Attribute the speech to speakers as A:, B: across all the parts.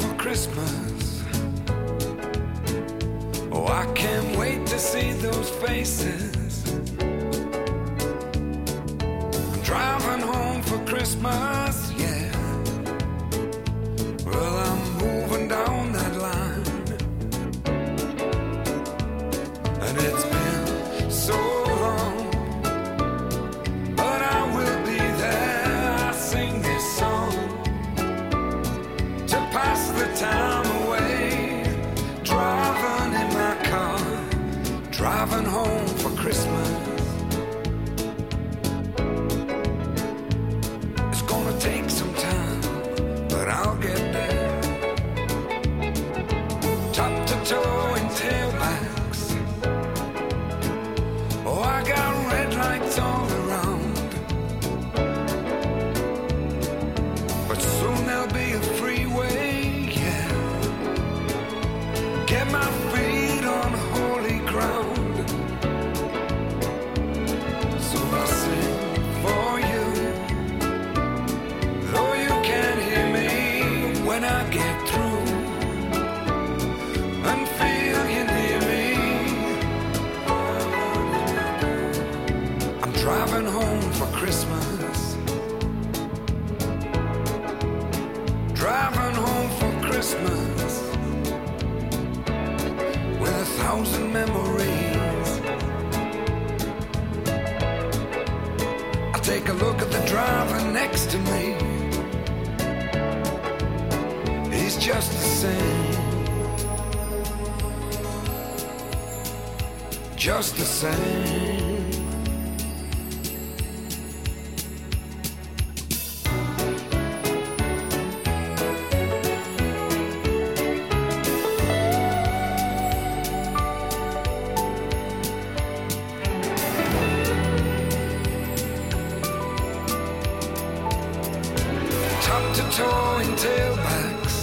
A: Oh, Christmas, yeah. Well, I'm moving down that line. And it's been so long. But I will be there. I sing this song to pass the time away. Driving in my car, driving home for Christmas. It's gonna take some time, but I'll get there. Top to toe in tailbacks. Oh, I got red lights all around. But soon there'll be a freeway, yeah. Get my feet on holy ground. So I sing for you. Though you can't hear me when I get through and feel you near me, I'm driving home for Christmas. Driving home for Christmas with a thousand memories. I take a look at the driver next to me. He's just the same. Just the same. top to toe in tailbacks.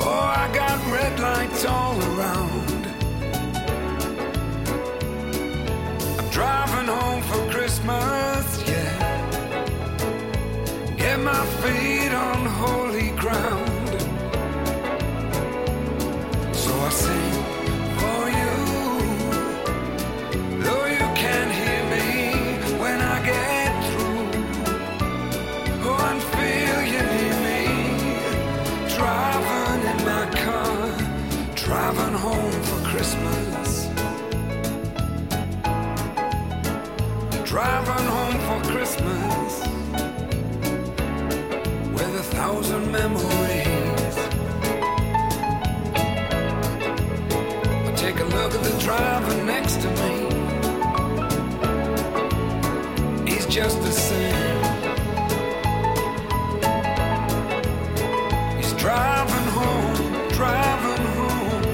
A: Oh, I got red lights all around. I'm driving home for Christmas, yeah. Get my feet on holy ground. So I sing for you. Though you can't hear me when I get through. Oh, and feel you near me. Driving in my car, driving home for Christmas. Driving home for Christmas with a thousand memories. I take a look at the driver next to me. He's just the same. He's driving home, driving home,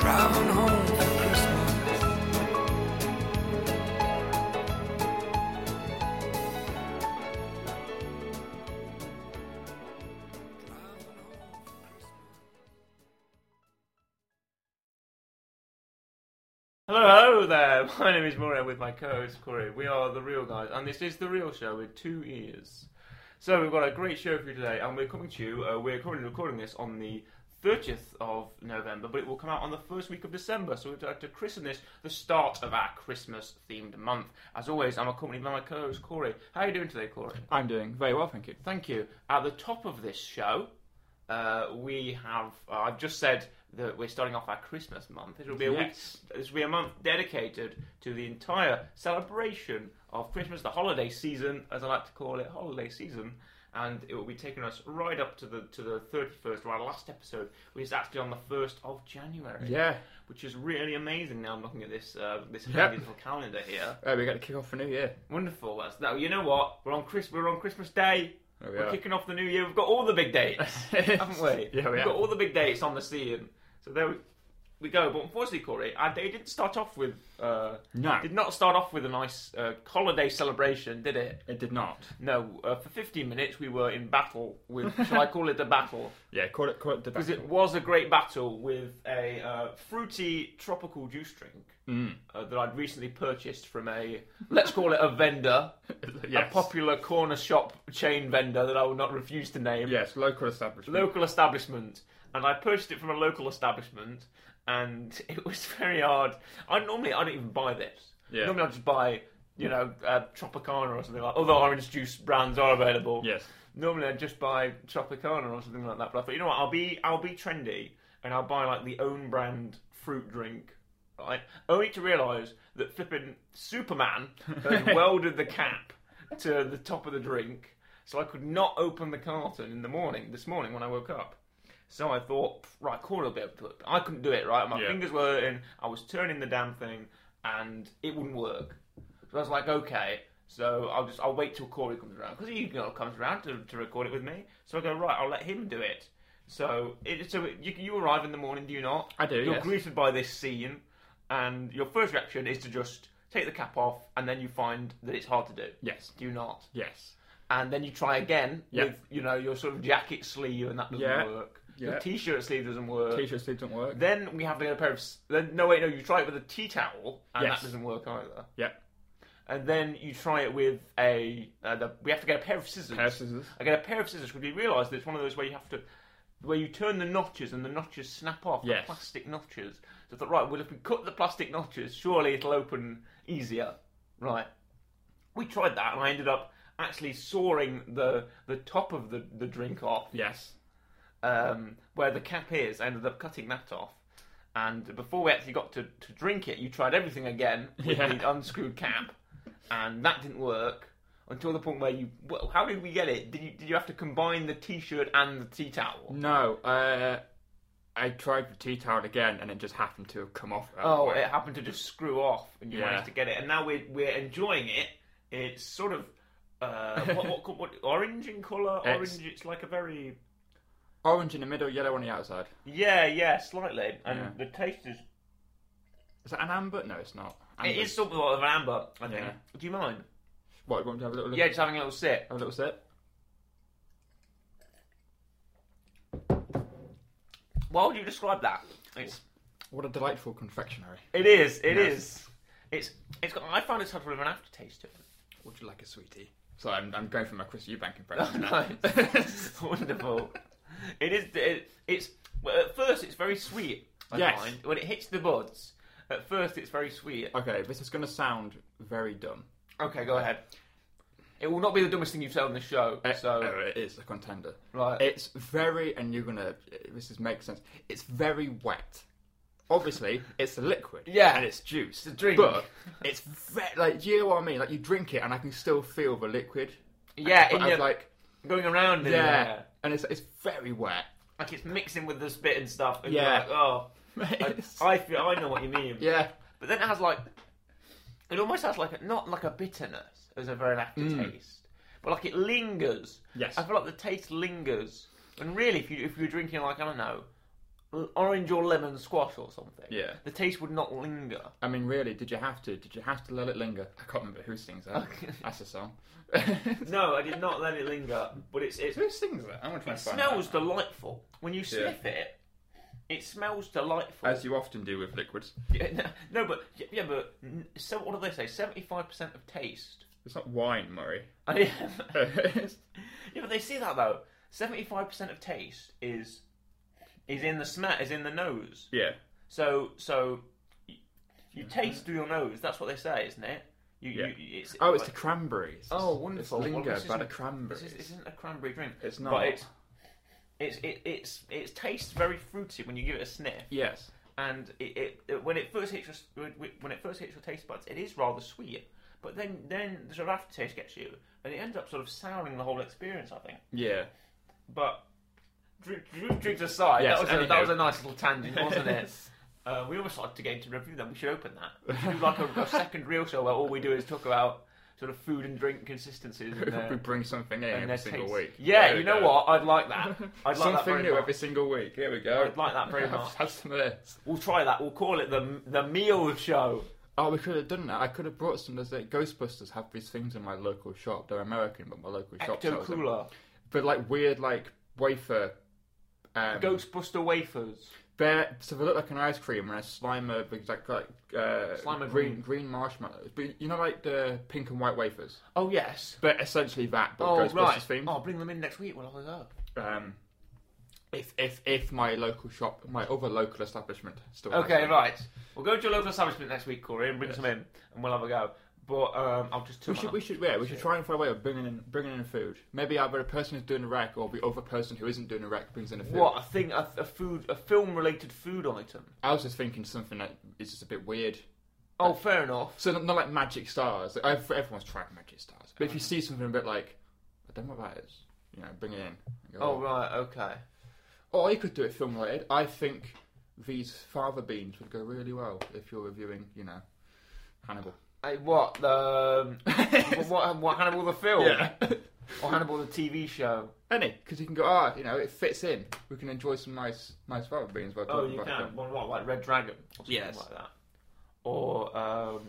A: driving home for Christmas.
B: Hello, hello there. My name is Maureen with my co-host Corey. We are the Real Guys, and this is the Real Show with two ears. So we've got a great show for you today, and we're coming to you. Uh, we're currently recording this on the 30th of November, but it will come out on the first week of December. So we'd like to christen this the start of our Christmas-themed month. As always, I'm accompanied by my co-host Corey. How are you doing today, Corey?
C: I'm doing very well, thank you.
B: Thank you. At the top of this show, uh, we have. Uh, I've just said that we're starting off our Christmas month. This will be a
C: Yes.
B: week. This will be a month dedicated to the entire celebration of Christmas, the holiday season, as I like to call it, holiday season. And it will be taking us right up to the to the thirty first, our last episode, which is actually on the first of January.
C: Yeah,
B: which is really amazing. Now I'm looking at this uh, this
C: Yep.
B: handy little calendar here.
C: uh, we got to kick off for New Year.
B: Wonderful. That's now. You know what? We're on Chris. We're on Christmas Day.
C: There we
B: We're
C: are.
B: kicking off the new year. We've got all the big dates, haven't we?
C: Yeah, we
B: We've
C: have.
B: got all the big dates on the scene. So there we, we go. But unfortunately, Corey, our day didn't start off with. Uh,
C: No.
B: Did not start off with a nice uh, holiday celebration, did it?
C: It did not.
B: No. Uh, for 15 minutes, we were in battle with. shall I call it a battle?
C: Yeah, call it call it the
B: Because it was a great battle with a uh, fruity tropical juice drink
C: Mm.
B: uh, that I'd recently purchased from a. Let's call it a vendor
C: yes.
B: a popular corner shop chain vendor that I will not refuse to name.
C: yes, local establishment.
B: Local establishment. And I purchased it from a local establishment and it was very hard. I normally I don't even buy this.
C: Yeah.
B: Normally I just buy you know, uh, Tropicana or something like. Other orange juice brands are available.
C: Yes.
B: Normally, I'd just buy Tropicana or something like that. But I thought, you know what? I'll be I'll be trendy and I'll buy like the own brand fruit drink. Right? Only to realise that flipping Superman had welded the cap to the top of the drink, so I could not open the carton in the morning. This morning when I woke up. So I thought, "Pff, right, Corey will be able to do it. But I couldn't do it, right? My
C: Yeah.
B: fingers were hurting. I was turning the damn thing, and it wouldn't work. So I was like, okay. So I'll just I'll wait till Corey comes around because he you know, comes around to, to record it with me. So I go right. I'll let him do it. So it, so you, you arrive in the morning, do you not?
C: I do,
B: You're
C: yes.
B: greeted by this scene, and your first reaction is to just take the cap off, and then you find that it's hard to do.
C: Yes.
B: Do you not?
C: Yes.
B: and then you try again
C: Yeah.
B: with you know your sort of jacket sleeve and that doesn't
C: Yeah.
B: work.
C: Yeah.
B: Your t-shirt sleeve doesn't work.
C: T-shirt sleeve doesn't work.
B: Then we have to get a pair of s- then no wait no you try it with a tea towel and
C: Yes.
B: that doesn't work either.
C: Yeah.
B: And then you try it with a uh, the, we have to get a pair of scissors.
C: Pair of scissors.
B: I get a pair of scissors because we realised that it's one of those where you have to where you turn the notches and the notches snap off.
C: Yes.
B: The plastic notches. So I thought right well if we cut the plastic notches surely it'll open easier. Right we tried that and I ended up actually sawing the the top of the, the drink off
C: Yes.
B: um, where the cap is. I ended up cutting that off. And before we actually got to, to drink it, you tried everything again with
C: Yeah.
B: the unscrewed cap, and that didn't work until the point where you. Well, how did we get it? Did you did you have to combine the t-shirt and the tea towel?
C: No. Uh, I tried the tea towel again, and it just happened to have come off. Uh, at that
B: Oh,
C: point.
B: it happened to just screw off, and you
C: Yeah.
B: managed to get it. And now we're we're enjoying it. It's sort of uh, what, what, co- what orange in colour.
C: It's-
B: Orange. It's like a very
C: Orange in the middle, yellow on the outside.
B: yeah, yeah, slightly. And
C: Yeah.
B: the taste is
C: Is that an amber? No, it's not.
B: it
C: Amber.
B: is something of an amber. I think.
C: Yeah.
B: Do you mind?
C: What? You want me to have a little?
B: Yeah, just having a little sip.
C: Have a little sip.
B: Why would you describe that? It's
C: What a delightful confectionery.
B: it is it
C: Yes.
B: is. It's it's got. I find it's had sort of an aftertaste to it.
C: Would you like a sweetie? Sorry, I'm, I'm going for my Chris Eubank impression.
B: Oh, nice. Wonderful. It is. It, it's well, at first it's very sweet. I
C: Yes.
B: find when it hits the buds. At first it's very sweet.
C: okay, this is going to sound very dumb.
B: Okay, go ahead. It will not be the dumbest thing you've said on the show.
C: Uh,
B: So
C: oh, it is a contender.
B: Right.
C: It's very, and you're gonna. This is makes sense. It's very wet. Obviously, it's a liquid.
B: Yeah.
C: and it's juice. It's
B: a drink.
C: But it's very, like, do you know what I mean? Like, you drink it, and I can still feel the liquid.
B: Yeah,
C: but
B: in
C: I was
B: your-
C: like,
B: going around in
C: yeah,
B: there,
C: and it's it's very wet.
B: like it's mixing with the spit and stuff. And You're
C: Yeah.
B: like, oh, I,
C: It's-
B: I feel. I know what you mean.
C: yeah,
B: But then it has like it almost has like a, not like a bitterness as a very aftertaste, but like it lingers.
C: Yes.
B: I feel like the taste lingers. And really, if you if you were drinking like I don't know, l- orange or lemon squash or something,
C: Yeah.
B: the taste would not linger.
C: I mean, really, did you have to? Did you have to let it linger? I can't remember who sings that.
B: Okay.
C: That's a song.
B: No, I did not let it linger. But it's it's
C: Who sings that? I'm gonna try
B: it
C: and find
B: smells
C: out.
B: delightful when you sniff it. It smells delightful.
C: as you often do with liquids.
B: Yeah, no, but yeah, but n- so what do they say? Seventy-five percent of taste.
C: It's not wine, Murray.
B: Yeah, but they see that though. Seventy-five percent of taste is is in the smell, is in the nose.
C: yeah.
B: So so you, you taste through your nose. That's what they say, isn't it? You,
C: Yeah.
B: you, it's,
C: Oh, it's the cranberries.
B: oh wonderful.
C: It's
B: Well,
C: lingo
B: this
C: by the
B: isn't-
C: cranberries.
B: This is, not a cranberry drink.
C: It's
B: But
C: not.
B: it's it's it, it's it tastes very fruity when you give it a sniff,
C: Yes.
B: and it, it, it- when it first hits your s- when- when it first hits your taste buds, it is rather sweet. But then then the sort of aftertaste gets you, and it ends up sort of souring the whole experience. I think.
C: Yeah.
B: But drink, drinks aside,
C: Yes,
B: that, was a, that
C: anyhow.
B: was a nice little tangent, wasn't it? Uh, we almost like to get into review then. We should open that. We should do like a, a second real show where all we do is talk about sort of food and drink consistencies and
C: we
B: their,
C: bring something in
B: and
C: every
B: their
C: single
B: tastes.
C: week.
B: Yeah,
C: There
B: you
C: we
B: know
C: go.
B: what? I'd like that. I'd like that
C: something
B: very
C: new
B: much.
C: every single week. Here we go.
B: I'd like that very much.
C: Have some of this.
B: We'll try that. We'll call it the the meal show.
C: Oh, we could have done that. I could have brought some. There's like Ghostbusters have these things in my local shop. They're American, but my local shop
B: Ecto
C: sells them.
B: Cooler,
C: But like weird, like wafer. Um,
B: Ghostbuster wafers.
C: They're, so they look like an ice cream and a slimer, but it's like, like uh,
B: Slimer
C: green green marshmallows. But you know, like the pink and white wafers.
B: Oh yes.
C: But essentially that, but
B: Oh
C: Ghostbusters
B: right.
C: themed.
B: Oh, bring them in next week. We'll have a go.
C: Um, if if if my local shop, my other local establishment still. has
B: Okay,
C: them.
B: right. We'll go to your local establishment next week, Corey, and bring some in, and we'll have a go. But um, I'll just
C: We
B: took.
C: should, we should, yeah, we should try and find a way of bringing in, bringing in food. Maybe either the person who's doing the wreck or the other person who isn't doing the wreck brings in a food.
B: What I think a, a food, a film-related food item.
C: I was just thinking something that is just a bit weird.
B: Oh, fair enough.
C: So not, not like magic stars. Like, ev- everyone's tried magic stars, but if you see something a bit like, I don't know what that is, you know, bring it in. and go,
B: Oh right, okay.
C: Or you could do it film related. I think these father beans would go really well if you're reviewing, you know, Hannibal.
B: Hey, what um, what, what, what Hannibal the film or Hannibal the TV show?
C: Any, because you can go, ah, you know, it fits in. We can enjoy some nice, nice father beans while
B: Oh,
C: talking
B: you
C: about
B: can.
C: them.
B: Well, what, like Red Dragon? Or something
C: Yes.
B: Like that. Or um,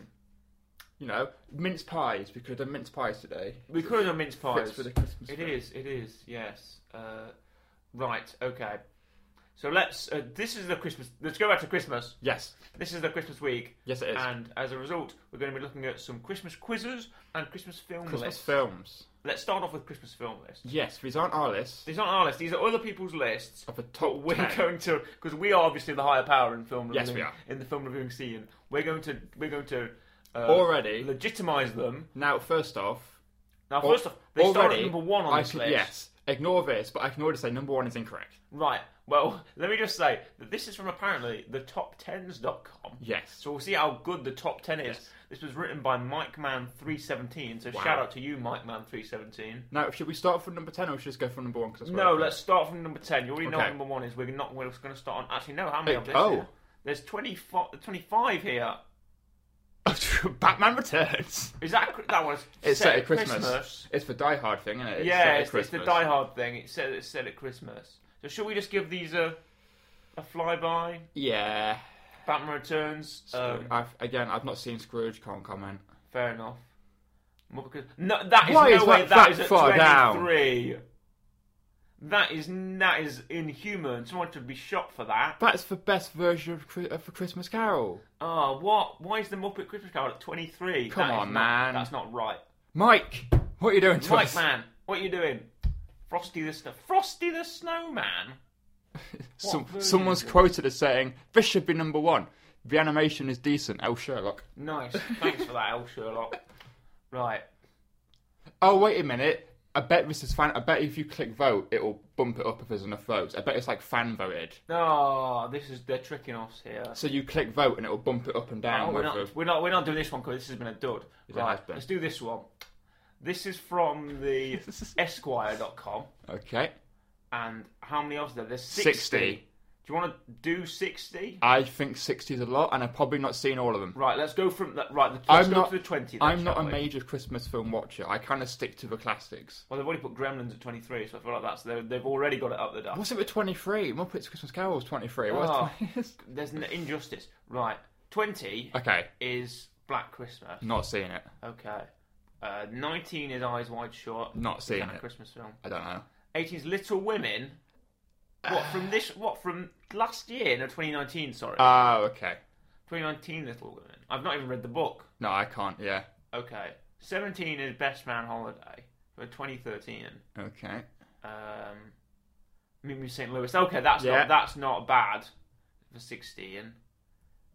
C: You know, mince pies. We could have done mince pies today.
B: we could have done mince pies.
C: Fits with the Christmas.
B: It
C: food.
B: is. It is. Yes. Uh, right. Okay. So let's. Uh, this is the Christmas. Let's go back to Christmas.
C: Yes,
B: This is the Christmas week,
C: yes, it is.
B: and as a result, we're going to be looking at some Christmas quizzes and Christmas film
C: Christmas
B: lists.
C: films.
B: Let's start off with Christmas film lists.
C: Yes, these aren't our lists.
B: These aren't our lists. These are other people's lists.
C: Of the top
B: But we're
C: 10.
B: going to because we are obviously the higher power in film.
C: Yes,
B: reviewing,
C: we are.
B: in the film reviewing scene. We're going to we're going to uh,
C: Already.
B: legitimize them.
C: Now, first off,
B: Now,
C: Al-
B: first off, they start at
C: already,
B: number one on
C: I
B: this
C: could-
B: list.
C: Yes, ignore this, but I can already say number one is incorrect.
B: Right. Well, let me just say that this is from apparently the top10s.com.
C: Yes.
B: So we'll see how good the top 10 is.
C: Yes.
B: This was written by Mike Man 317. So
C: Wow.
B: shout out to you, Mike Man 317.
C: Now, should we start from number ten or should we just go from number one? Cause that's where
B: No,
C: I-
B: let's start from number 10. You already know what
C: Okay.
B: number 1 is. We're not we're going to start on actually no, how many
C: Hey,
B: of this?
C: oh.
B: Here? There's 25, 25 here.
C: Batman Returns.
B: Is that cr- that was
C: It's set at Christmas.
B: Christmas.
C: It's the Die Hard thing, isn't it? It's set
B: yeah,
C: at
B: it's, it's the
C: Christmas.
B: Die Hard thing. It's set it's set at Christmas. So should we just give these a a flyby?
C: Yeah.
B: Batman Returns. Um,
C: Scrooge. I've, again, I've not seen Scrooge. Can't comment.
B: Fair enough. Muppet- No, that is
C: Why
B: no
C: is
B: way.
C: that
B: that
C: that
B: is at
C: far down?
B: twenty-three. That is that is inhuman. Someone should be shot for that.
C: That's the best version of, Chri- of a Christmas Carol.
B: Ah, what? Why is the Muppet Christmas Carol at twenty-three?
C: Come
B: That is not-
C: on, man.
B: That's not right.
C: Mike, what are you doing to
B: Mike,
C: us?
B: man, what are you doing? Frosty the Snow. Frosty the Snowman.
C: Some,
B: version
C: someone's
B: is it? quoted
C: quoted as saying this should be number one. The animation is decent. El Sherlock.
B: Nice. Thanks for that, L. Sherlock. Right.
C: Oh wait a minute. I bet this is fan. I bet if you click vote, it'll bump it up if there's enough votes. I bet it's like fan voted.
B: Oh, this is they're tricking us here.
C: So you click vote and it'll bump it up and down.
B: Oh, we're
C: whether-
B: not, we're not, we're not doing this one because this has been a dud.
C: It
B: Right,
C: has been.
B: let's do this one. This is from the Esquire.com,
C: Okay.
B: and how many of there? There's 60.
C: 60.
B: Do you want to do 60?
C: I think 60 is a lot, and I've probably not seen all of them.
B: Right, let's go from that. Right, let's I'm go
C: not-
B: to the 20. Then,
C: I'm not
B: shall
C: a
B: we?
C: major Christmas film watcher. I kind of stick to the classics.
B: Well, they've already put Gremlins at 23, so I feel like that's they've they've already got it up the duck.
C: What's it with 23? Muppets Christmas Carol was 23. What
B: Oh.
C: was 20?
B: There's an injustice. Right, 20
C: okay,
B: is Black Christmas.
C: not seeing it.
B: Okay. Uh, 19 is Eyes Wide Shut.
C: Not
B: Is
C: seeing
B: that a
C: it.
B: Christmas film.
C: I don't know.
B: 80s Little Women. What from this? What from last year? No, 2019. Sorry,
C: Oh, okay.
B: 2019 Little Women. I've not even read the book.
C: No, I can't. Yeah.
B: Okay, 17 is Best Man Holiday for 2013.
C: Okay.
B: Um, Mimi St. Louis. Okay, that's
C: Yeah.
B: not that's not bad for 16.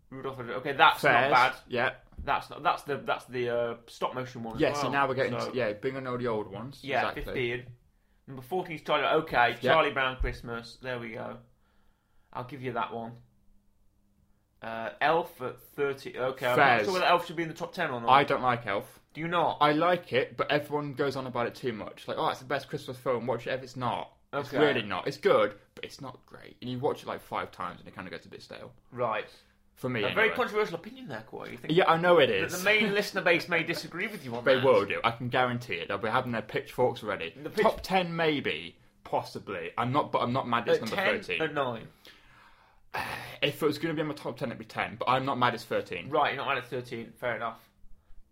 B: Rudolph. the Red- Okay, that's
C: Fairs.
B: not bad.
C: Yeah.
B: That's not that's the that's the uh, stop motion one. As
C: Yeah,
B: well.
C: so now we're getting
B: So,
C: to, yeah, bring on all the old ones.
B: yeah,
C: exactly.
B: 15. Number 14 is Charlie. Okay,
C: Yeah.
B: Charlie Brown Christmas. There we go. I'll give you that one. Uh, Elf at 30. Okay, I'm not
C: Fez.
B: sure whether Elf should be in the top 10 or not.
C: I don't like Elf.
B: Do you not?
C: I like it, but everyone goes on about it too much. Like, oh, it's the best Christmas film. Watch it if it's not. It's
B: Okay.
C: really not. It's good, but it's not great. And you watch it like five times and it kind of gets a bit stale.
B: right.
C: For me,
B: A very
C: anyway.
B: controversial opinion there, Corey. You think
C: Yeah, I know it
B: that
C: is.
B: the main listener base may disagree with you on
C: they
B: that.
C: will do. I can guarantee it. They'll be having their pitchforks ready.
B: The pitch-
C: Top ten, maybe, possibly. I'm not, but I'm not mad. It's
B: At
C: number
B: 10
C: thirteen.
B: at 9.
C: If it was going to be in my top ten, it'd be ten. But I'm not mad. It's thirteen.
B: Right, you're not mad at 13. Fair enough.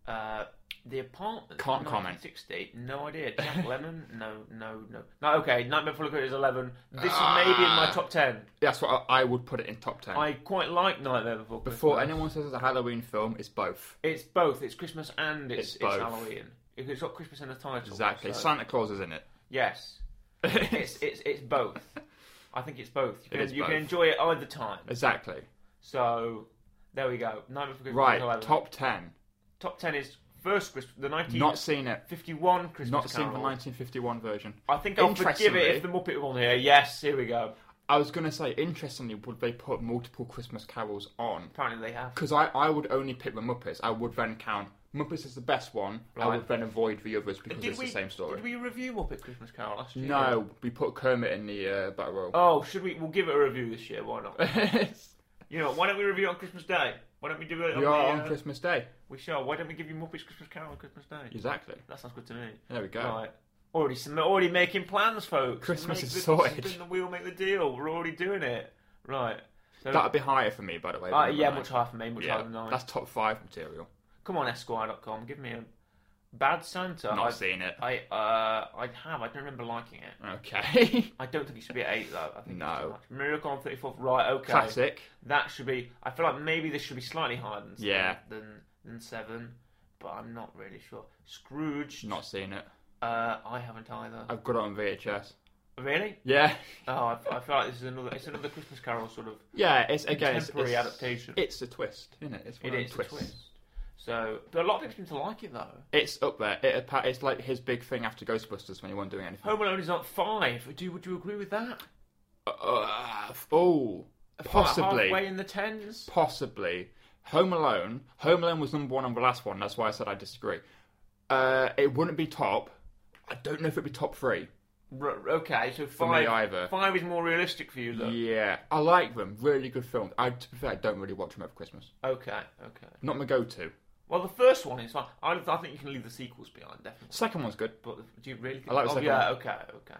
B: Uh, the apartment.
C: Can't comment.
B: 1960. No idea. Jack Lemon. No, no, no. No. Okay. Nightmare Before Christmas is 11. This is maybe in my
C: Ah.
B: top 10.
C: That's what I, I would put it in top ten.
B: I quite like Nightmare Before Christmas.
C: Before anyone says it's a Halloween film, it's both.
B: It's both. It's Christmas and it's, it's,
C: It's both.
B: Halloween. It- It's got Christmas in the title.
C: Exactly.
B: so-
C: Santa Claus is in it.
B: yes. It's it's it's both. I think it's both. You can,
C: is
B: you can
C: both.
B: enjoy it either time.
C: exactly.
B: So there we go. Nightmare Before Christmas. is
C: Right.
B: 11.
C: Top ten.
B: top ten is first Christmas, the
C: Not seen it.
B: 1951 Christmas
C: Not seen the
B: Carol.
C: 1951 version.
B: I think I'll forgive
C: Interestingly-
B: it if the Muppet was on here. Yes, here we go.
C: I was going to say, interestingly, would they put multiple Christmas carols on?
B: Apparently they have.
C: Because I, I would only pick the Muppets. I would then count Muppets is the best one. I
B: Right.
C: would then avoid the others because
B: Did
C: it's
B: we,
C: the same story.
B: Did we review Muppet Christmas Carol last year?
C: No, we put Kermit in the uh, battle royal.
B: Oh, should we? We'll give it a review this year. Why not? You know, why don't we review it on Christmas Day? Why don't we do it?
C: we
B: on
C: are
B: the,
C: on
B: uh,
C: Christmas Day.
B: We shall. Why don't we give you Muppets Christmas Carol on Christmas Day?
C: Exactly.
B: That sounds good to me.
C: There we go.
B: Right. Already, sum- already making plans, folks.
C: Christmas
B: Make
C: is
B: the-
C: sorted.
B: Spin the wheel, make the deal. We're already doing it. Right. So,
C: That'd be higher for me, by the way.
B: uh,
C: than
B: yeah,
C: number
B: much higher for me, much
C: nine. Yeah,
B: higher than nine.
C: That's top five material.
B: Come on, Esquire.com, give me a bad Santa.
C: Not
B: I,
C: seen it.
B: I, uh, I have. I don't remember liking it.
C: Okay.
B: I don't think it should be an eight though. I think
C: No.
B: It's too much. Miracle on Thirty Fourth. Right. Okay.
C: Classic.
B: That should be. I feel like maybe this should be slightly higher than
C: Yeah.
B: than than seven, but I'm not really sure. Scrooge.
C: Not seen it.
B: Uh, I haven't either.
C: I've got it on VHS.
B: Really?
C: Yeah.
B: Oh, I, I feel like this is another. It's another Christmas Carol sort of
C: Yeah, it's again it's,
B: temporary
C: it's-
B: adaptation.
C: It's a twist, isn't it? It's one
B: it
C: of the
B: is a
C: twists.
B: twist. So, but a lot of people seem to like it though.
C: It's up there. It, appa- it's like his big thing after Ghostbusters when he wasn't doing anything.
B: Home Alone is not five. Do would you agree with that?
C: Uh, oh,
B: Like
C: possibly,
B: halfway in the tens.
C: possibly. Home Alone. Home Alone was number one on the last one. That's why I said I disagree. Uh, it wouldn't be top. I don't know if it'd be top three.
B: R- okay, so
C: For me
B: five.
C: either.
B: Five is more realistic for you though.
C: Yeah, I like them. Really good films. I to be fair, I don't really watch them over Christmas.
B: Okay, okay.
C: Not my go-to.
B: Well, the first one is fine. I, I think you can leave the sequels behind, definitely.
C: Second one's good.
B: But do you really? Think,
C: I like the
B: oh,
C: second
B: yeah,
C: one.
B: okay, okay.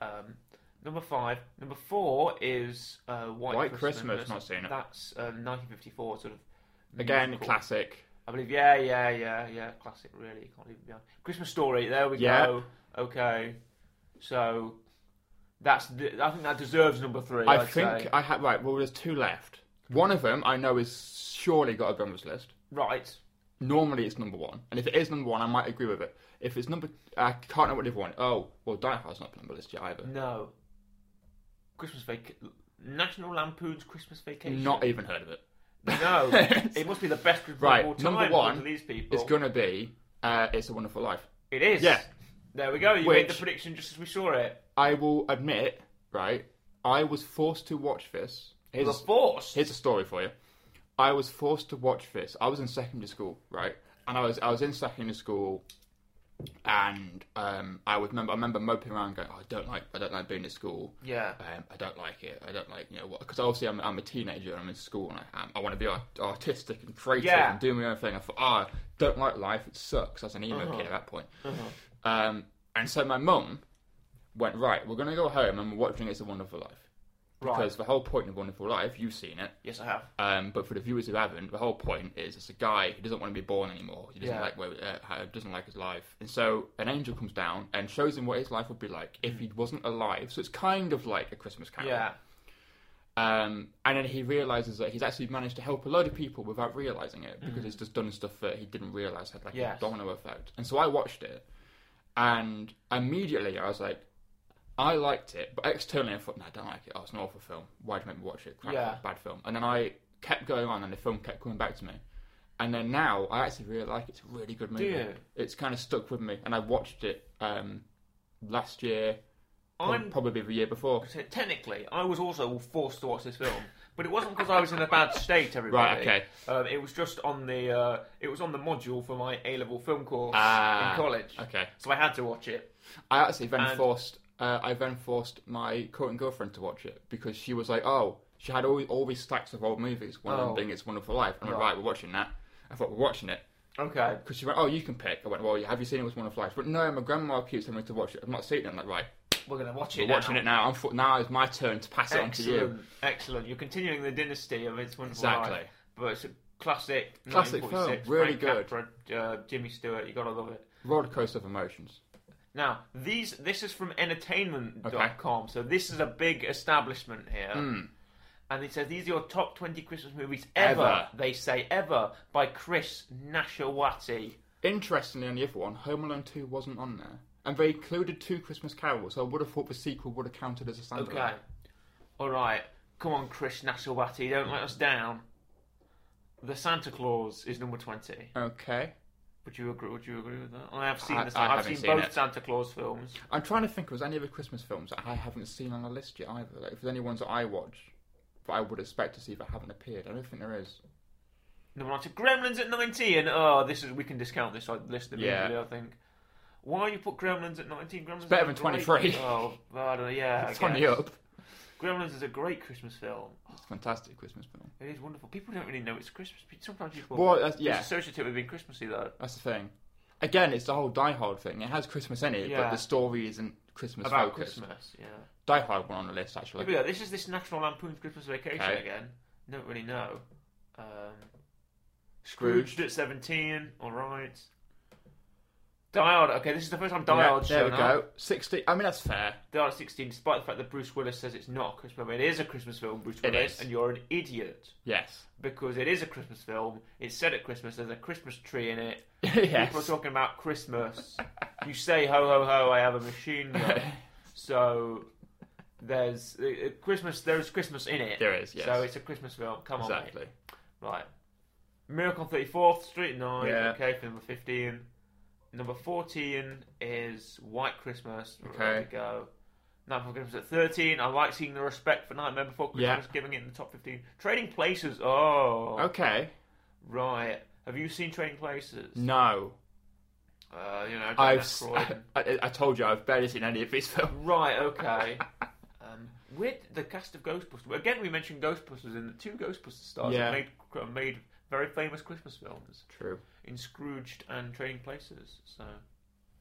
B: Um, number five. Number four is uh, White,
C: White Christmas, not seen it.
B: That's um, 1954, sort of.
C: Again,
B: musical.
C: classic.
B: I believe, yeah, yeah, yeah, yeah. Classic, really. You can't leave it behind. Christmas Story, there we
C: Yeah.
B: go. Okay. So, that's. The, I think that deserves number three.
C: I
B: I'd
C: think
B: say.
C: I have right. Well, there's two left. One of them I know is surely got to be on this list.
B: Right.
C: Normally, it's number one, and if it is number one, I might agree with it. If it's number, I can't know what they've won. Oh, well, Die Hard's not on the list yet either.
B: No. Christmas Vac. National Lampoon's Christmas Vacation.
C: Not even heard of it.
B: No, it must be the best Christmas
C: Right,
B: of all time.
C: number
B: according
C: one
B: to these people.
C: It's gonna be. Uh, it's a Wonderful Life.
B: It is.
C: Yeah.
B: There we go. You made the
C: Which-
B: prediction just as we saw it.
C: I will admit, right? I was forced to watch this.
B: It
C: Here's,
B: was forced.
C: here's a story for you. I was forced to watch this. I was in secondary school, right? And I was I was in secondary school, and um, I would remember I remember moping around, going, oh, I don't like I don't like being at school.
B: Yeah.
C: Um, I don't like it. I don't like you know what because obviously I'm, I'm a teenager and I'm in school and I, um, I want to be art- artistic and creative
B: Yeah.
C: and do my own thing. I thought, oh, I don't like life. It sucks. I was an emo
B: Uh-huh.
C: kid at that point. Um, and so my mum went right. We're gonna go home and we're watching It's a Wonderful Life
B: Right.
C: because the whole point of Wonderful Life, you've seen it.
B: Yes, I have.
C: Um, but for the viewers who haven't, the whole point is it's a guy who doesn't want to be born anymore. He doesn't
B: Yeah.
C: like where, uh, how- doesn't like his life, and so an angel comes down and shows him what his life would be like if he wasn't alive. So it's kind of like a Christmas Carol.
B: Yeah.
C: Um, and then he realizes that he's actually managed to help a load of people without realizing it because he's just done stuff that he didn't realize had like
B: Mm-hmm. Yes.
C: a domino effect. And so I watched it, and immediately I was like, I liked it, but externally I thought, no, I don't like it. Oh, it's an awful film. Why'd you make me watch it? Crap,
B: Yeah.
C: bad film. And then I kept going on, and the film kept coming back to me. And then now I actually really like it. It's a really good movie.
B: you?
C: It's kind of stuck with me, and I watched it um, last year, prob-
B: I'm
C: probably the year before.
B: technically I was also forced to watch this film, but it wasn't because I was in a bad state. Everybody.
C: okay.
B: Um, it was just on the uh, it was on the module for my A level film course
C: Ah,
B: in college,
C: Okay.
B: so I had to watch it.
C: I actually then
B: And-
C: forced uh, I then forced my current girlfriend to watch it because she was like, oh, she had all, all these stacks of old movies. One of
B: Oh.
C: them being It's Wonderful Life. And I went,
B: Right.
C: right, we're watching that. I thought we're watching it
B: Okay.
C: because she went, oh, you can pick. I went, well, have you seen It Was Wonderful Life? But no, my grandma keeps telling me to watch it. I've not seen it. I'm like, right,
B: We're gonna watch
C: we're
B: it.
C: watching it now. I'm thought now it's my turn to pass it on to you.
B: Excellent. Excellent. You're continuing the dynasty of It's Wonderful
C: Exactly.
B: Life. But it's a classic.
C: Classic
B: 1946,
C: film, really
B: Frank Capra, uh, Jimmy Stewart. You gotta love it.
C: Roller coaster of emotions.
B: Now, these this is from
C: Okay. Hmm.
B: entertainment.com, so this is a big establishment here. And it says these are your top 20 Christmas movies ever,
C: Ever.
B: they say ever by Chris Nashawati.
C: Interestingly, on the other one, Home Alone 2 wasn't on there. And they included two Christmas carols, so I would have thought the sequel would have counted as a standalone.
B: Okay. All right. Come on Chris Nashawati, don't let us down. The Santa Claus is number 20.
C: Okay.
B: Would you agree? Would you agree with that? I have seen
C: I-
B: this.
C: I
B: I've
C: haven't
B: seen
C: seen
B: both
C: it.
B: Santa Claus films.
C: I'm trying to think. Was any of the Christmas films that I haven't seen on the list yet either? Like, if there's any ones that I watch, that I would expect to see that haven't appeared. I don't think there is.
B: Number nine, Gremlins at ninety, and oh, this is we can discount this like, list
C: Yeah.
B: immediately. I think. Why you put Gremlins at nineteen? Gremlins it's
C: better than 23.
B: Oh, I don't know, yeah. I
C: it's on the
B: guess.
C: up.
B: Gremlins is a great Christmas film.
C: It's a fantastic Christmas film.
B: It is wonderful. People don't really know it's Christmas. but Sometimes people
C: Well, that's, yeah,
B: associate it with being Christmassy though.
C: that's the thing. Again, it's the whole Die Hard thing. It has Christmas in it, but
B: Yeah.
C: the story isn't Christmas
B: About
C: focused.
B: Christmas, yeah.
C: Die Hard one on the list actually.
B: Here we go. This is this National Lampoon's Christmas Vacation
C: Okay.
B: again. Don't really know. Um,
C: Scrooged.
B: Scrooged at seventeen. All right. Dialed. Okay, this is the first time
C: Yeah,
B: Dialed
C: there we
B: shown up.
C: go. Sixty. I mean, that's fair.
B: They are 16, despite the fact that Bruce Willis says it's not a Christmas film. It is a Christmas film, Bruce
C: It
B: Willis,
C: is.
B: and you're an idiot
C: Yes.
B: because it is a Christmas film. It's set at Christmas. There's a Christmas tree in it. People are
C: yes.
B: talking about Christmas. you say ho ho ho, I have a machine gun. so there's uh, uh, Christmas. There's Christmas in it.
C: there is. Yes.
B: So it's a Christmas film. Come on, mate.
C: exactly.
B: right? Miracle on Thirty Fourth Street Nine.
C: Yeah.
B: Okay, for number fifteen. Number fourteen is White Christmas. We're ready to go. Nightmare Before Christmas at thirteen. I like seeing the respect for Nightmare Before
C: Yeah.
B: Christmas, giving it in the top fifteen. Trading Places. Oh,
C: Okay.
B: right. Have you seen Trading Places?
C: No,
B: Uh, you know, Dan
C: I've. s- I,
B: Aykroyd.
C: I- I told you I've barely seen any of these films.
B: Right. Okay. um, with the cast of Ghostbusters again, we mentioned Ghostbusters in the two Ghostbusters stars
C: Yeah.
B: that made made very famous Christmas films.
C: True.
B: in Scrooged and Trading Places. So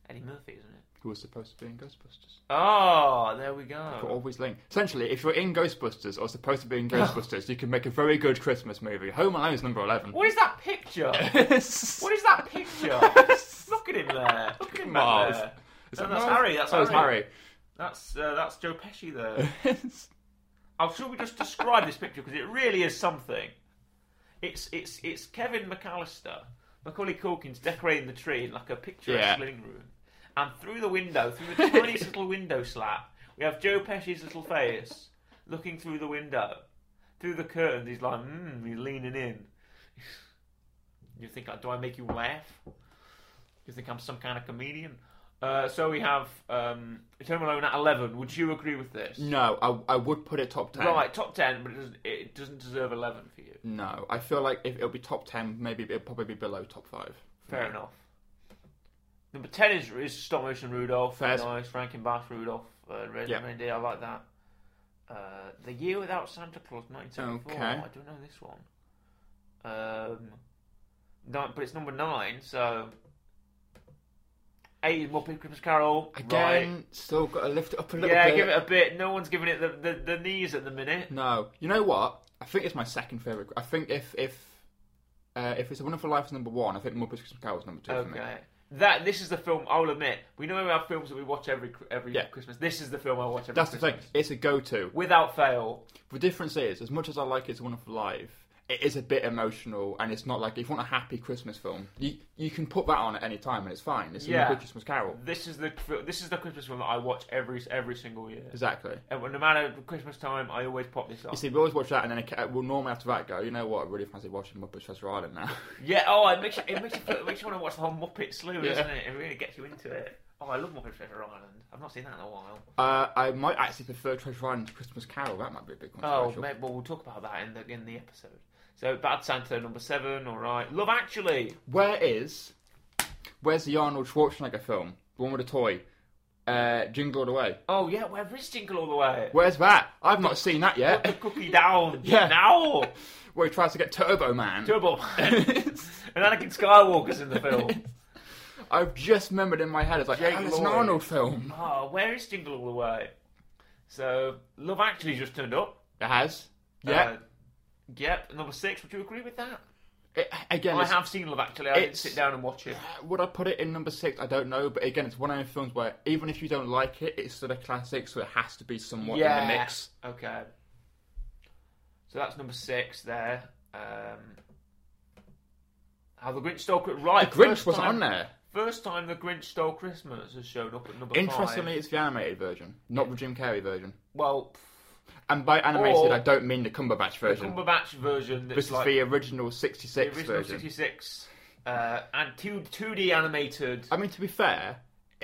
B: Eddie Murphy, isn't it?
C: Who was supposed to be in Ghostbusters?
B: Ah, there we
C: Got
B: go.
C: all these links. Essentially, if you're in Ghostbusters or supposed to be in Ghostbusters, you can make a very good Christmas movie. Home Alone is number eleven.
B: What is that picture?
C: Yes.
B: what is that picture? Look at him there. Look at him back
C: Mars.
B: there.
C: Is
B: No,
C: that
B: that's
C: Mars?
B: Harry, that's
C: oh, it's
B: Harry.
C: Harry.
B: That's uh, that's Joe Pesci there. Oh, should we just describe this picture because it really is something. It's it's it's Kevin McAllister, Macaulay Culkin's decorating the tree in like a picturesque
C: Yeah.
B: living room, and through the window, through the tiniest little window slat, we have Joe Pesci's little face looking through the window, through the curtains. He's like, mmm, he's leaning in. You think, like, do I make you laugh? You think I'm some kind of comedian? Uh, so we have um, Home Alone at eleven. Would you agree with this?
C: no, I, I would put it top ten.
B: Right, top ten, but it doesn't, it doesn't deserve eleven for you.
C: No, I feel like if it'll be top ten, maybe it'll probably be below top five.
B: Fair enough. Number ten is, is stop motion Rudolph.
C: Fair.
B: Nice, Frankenbath Rudolph, uh, Red
C: Yeah.
B: Reindeer. I like that. Uh, the Year Without Santa Claus, 1974.
C: Okay.
B: I don't know this one. Um, nine, but it's number nine, so eight is More Christmas Carol.
C: Again,
B: right.
C: still got to lift it up a little
B: yeah,
C: bit.
B: give it a bit. No one's giving it the, the, the knees at the minute.
C: No, you know what? I think it's my second favorite. I think if if uh, if it's a Wonderful Life is number one, I think Muppets Christmas Carol is number two for me.
B: Okay. That this is the film. I'll admit, we know we have films that we watch every every
C: Yeah.
B: Christmas. This is the film I watch every
C: That's the
B: Christmas.
C: thing. It's a go-to.
B: Without fail,
C: The difference is, as much as I like It's a Wonderful Life, it is a bit emotional, and it's not like if you want a happy Christmas film, you you can put that on at any time, and it's fine. It's a
B: Yeah.
C: Muppet Christmas Carol.
B: this is the fil- this is the Christmas film that I watch every every single year.
C: Exactly.
B: And no matter Christmas time, I always pop this on.
C: You see, we always watch that, and then it ca- we'll normally after that go. You know what? I really fancy watching Muppets Treasure Island now.
B: Yeah. Oh, it makes you, it makes you, feel- it makes you want to watch the whole Muppet Slew,
C: Yeah.
B: doesn't it? It really gets you into it. Oh, I love Muppet Treasure Island. I've not seen that in a while.
C: uh, I might actually prefer Treasure Island to Christmas Carol. That might be a bit
B: Oh,
C: controversial.
B: mate, well, we'll talk about that in the in the episode. So, Bad Santa number seven. All right, Love Actually.
C: Where is? Where's the Arnold Schwarzenegger film? The one with the toy, uh, Jingle All the Way.
B: Oh yeah, where is Jingle All the Way?
C: Where's that? I've not seen that
B: the
C: yet.
B: cookie down
C: Yeah.
B: now.
C: Where he tries to get Turbo Man.
B: Turbo Man. and Anakin Skywalker's in the film.
C: I've just remembered in my head. It's like
B: Jake
C: oh, it's an
B: Lloyd.
C: Arnold film.
B: Oh, where is Jingle All the Way? So Love Actually just turned up.
C: It has. Yeah.
B: Uh, yep. Number six. Would you agree with that?
C: It- again,
B: I
C: it's-
B: have seen Love Actually. I didn't
C: it's-
B: sit down and watch it.
C: would I put it in number six? I don't know. But again, it's one of those films where even if you don't like it, it's still a classic, so it has to be somewhat in the mix.
B: Okay. So that's number six there. Um, how the Grinch stole Christmas?
C: The
B: Right,
C: Grinch
B: first
C: wasn't
B: time-
C: on there.
B: First time the Grinch stole Christmas has shown up at number five.
C: Interestingly, it's the animated version, not the Jim Carrey version.
B: well,
C: And by animated,
B: Or-
C: I don't mean the Cumberbatch
B: the
C: version.
B: Cumberbatch version. That's
C: This is
B: like
C: the original 66
B: the original
C: version.
B: 66 uh, and two two D animated.
C: I mean, to be fair,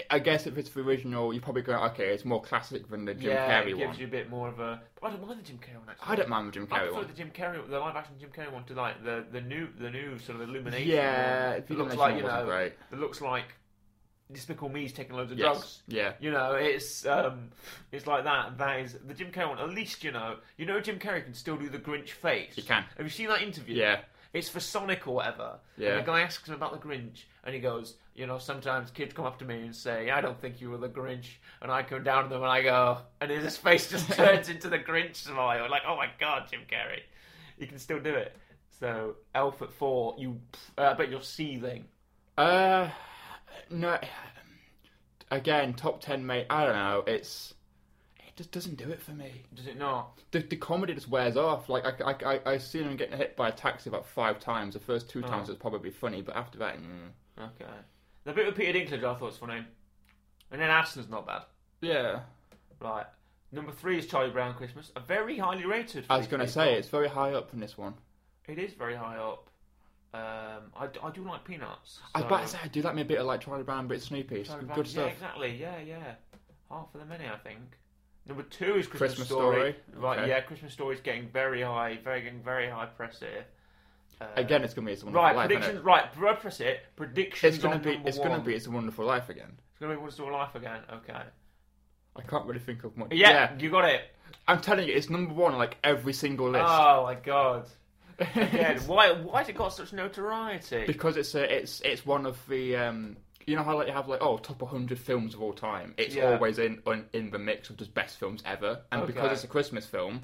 C: I guess if it's the original, you probably go, okay, it's more classic than the Jim
B: yeah, it
C: Carrey
B: gives
C: one.
B: you a bit more of a. But I don't mind the Jim Carrey one actually.
C: I don't mind the Jim
B: I
C: Carrey
B: prefer
C: one.
B: the Jim Carrey, the live action Jim Carrey one to like the, the new the new sort of Illumination.
C: yeah,
B: one.
C: if you
B: It looks
C: don't
B: like you
C: wasn't
B: know
C: great.
B: it looks like Despicable Me's taking loads of
C: Yes.
B: drugs.
C: Yeah.
B: You know, it's um, it's like that. That is the Jim Carrey one. At least you know, you know Jim Carrey can still do the Grinch face.
C: He can.
B: Have you seen that interview?
C: Yeah.
B: It's for Sonic or whatever.
C: Yeah.
B: And the guy asks him about the Grinch, and he goes, you know, sometimes kids come up to me and say, I don't think you were the Grinch, and I come down to them and I go, and his face just turns into the Grinch smile. Like, oh my god, Jim Carrey, you can still do it. So Elf at four, you, uh, but you're seething.
C: Uh, no. Again, top ten, mate. I don't know. It's it just doesn't do it for me.
B: Does it not?
C: The, the comedy just wears off. Like I, I, I, I seen him getting hit by a taxi about five times. The first
B: Oh.
C: two times was probably funny, but after that, mm.
B: Okay. The bit with Peter Dinklage I thought was funny. And then Aston's not bad.
C: yeah.
B: Right. Number three is Charlie Brown Christmas. A very highly rated. for
C: I was
B: these
C: gonna
B: people.
C: say it's very high up in this one.
B: It is very high up. Um, I, d- I do like peanuts.
C: I was
B: so-
C: about to say I do like me a bit of like Charlie Brown, but it's Snoopy. It's
B: Charlie
C: good
B: Brown- Yeah,
C: stuff.
B: exactly. Yeah, yeah. Half of the many, I think. Number two is Christmas,
C: Christmas
B: Story.
C: Story,
B: Right.
C: okay.
B: Yeah, Christmas Story is getting very high. Very getting very high press here. Uh,
C: Again, it's gonna be it's a wonderful
B: Right.
C: life. isn't
B: Predictions. Right. bro- Press it. Predictions.
C: It? It's gonna
B: on
C: be
B: number
C: it's gonna
B: one.
C: be it's a wonderful life again.
B: It's gonna be Wonderful Life again. Okay.
C: I can't really think of much.
B: Yeah, You got it.
C: I'm telling you, it's number one on like every single list.
B: Oh my god. Again, why why's it got such notoriety?
C: because it's a, it's it's one of the um you know how like you have like oh top 100 films of all time it's
B: Yeah.
C: always in on, in the mix of just best films ever and because
B: Okay.
C: it's a christmas film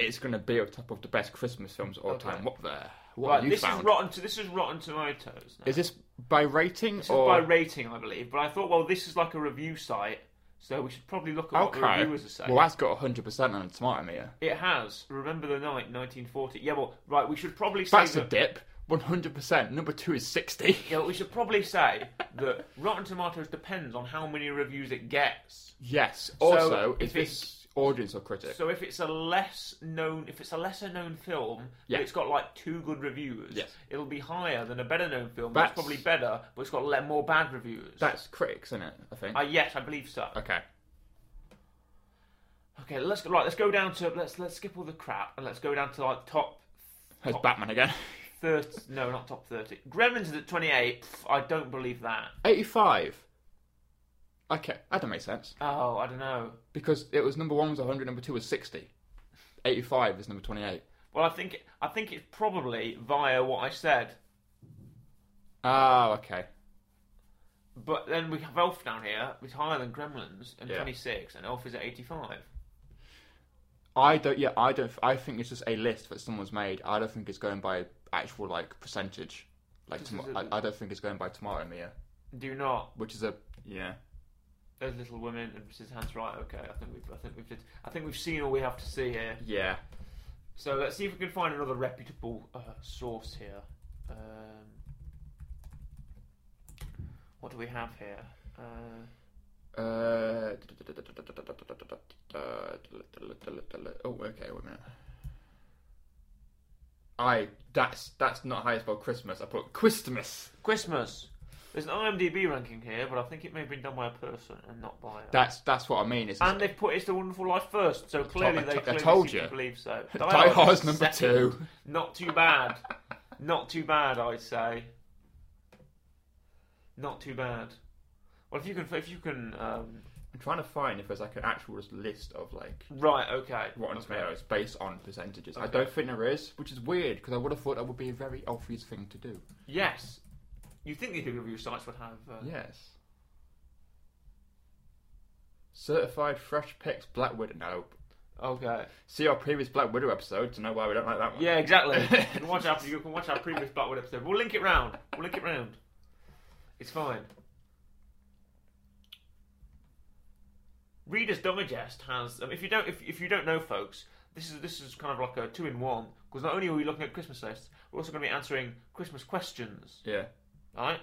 C: it's going to be on top of the best christmas films of all
B: Okay.
C: time what the what
B: Right,
C: have you
B: this
C: found
B: is rotten. To, this is Rotten Tomatoes. Now.
C: is this by rating
B: This is
C: or
B: by rating, I believe. But I thought, well, this is like a review site, so we should probably look at what the
C: okay
B: reviewers are saying.
C: well that's got 100% on the tomato meter
B: It has. Remember the night, 1940. Yeah, well, right. We should probably say
C: that's a
B: that.
C: dip 100% number two is 60
B: yeah, we should probably say that Rotten Tomatoes depends on how many reviews it gets.
C: yes also
B: if
C: is this audience or critic
B: So if it's a less known, if it's a lesser known film,
C: Yeah.
B: but it's got like two good reviews,
C: Yes.
B: it'll be higher than a better known film.
C: That's-
B: That's, probably better, but it's got le- more bad reviews.
C: that's critics isn't it i think
B: uh, yes, I believe so.
C: okay
B: Okay, let's go. Right, let's go down to let's let's skip all the crap and let's go down to like top
C: it's
B: Top-
C: batman again
B: thirty. no, not top thirty. Gremlins is at twenty eight. I don't believe that.
C: 85. Okay, that don't make sense.
B: Oh, I don't know.
C: Because it was number one was 100, number two was 60. 85 is number 28.
B: Well, I think I think it's probably via what I said.
C: Oh, okay.
B: But then we have Elf down here, which is higher than Gremlins, and
C: Yeah.
B: twenty six, and Elf is at eighty five.
C: I don't, yeah, I don't, I think it's just a list that someone's made. I don't think it's going by actual, like, percentage. Like,
B: This
C: tom-
B: is a-
C: I I, I don't think it's going by tomato meter,
B: Do not
C: which is a, yeah.
B: those little women and Mrs. Hans right? Okay, I think we've I think we've did, I think we've seen all we have to see here.
C: Yeah.
B: So let's see if we can find another reputable uh, source here. Um, what do we have here? Uh,
C: Uh, oh, okay, wait a minute. I, that's, that's not how you spell Christmas. I put Christmas.
B: Christmas. There's an IMDb ranking here, but I think it may have been done by a person and not by. A...
C: That's that's what I mean. It's
B: And they've put It's the Wonderful Life first, so clearly
C: I
B: they
C: to- I
B: clearly
C: told
B: seem
C: you.
B: to believe so.
C: Die Hard's
B: is
C: number
B: second.
C: two.
B: Not too bad. Not too bad, I'd say. Not too bad. Well, if you can, if you can, um,
C: I'm trying to find if there's like an actual just list of like
B: right, okay.
C: Rotten
B: okay.
C: Tomatoes based on percentages. I
B: Okay.
C: don't think there is, which is weird because I would have thought that would be a very obvious thing to do.
B: Yes. You think these review sites would have? Uh,
C: Yes. Certified fresh picks Black Widow. No.
B: Okay.
C: See our previous Black Widow episode to know why we don't like that one.
B: Yeah, exactly. you can watch our you can watch our previous Blackwood episode. We'll link it round. We'll link it round. It's fine. Reader's Digest has. Um, if you don't, if, if you don't know, folks, this is this is kind of like a two in one because not only are we looking at Christmas lists, we're also going to be answering Christmas questions.
C: Yeah.
B: All right.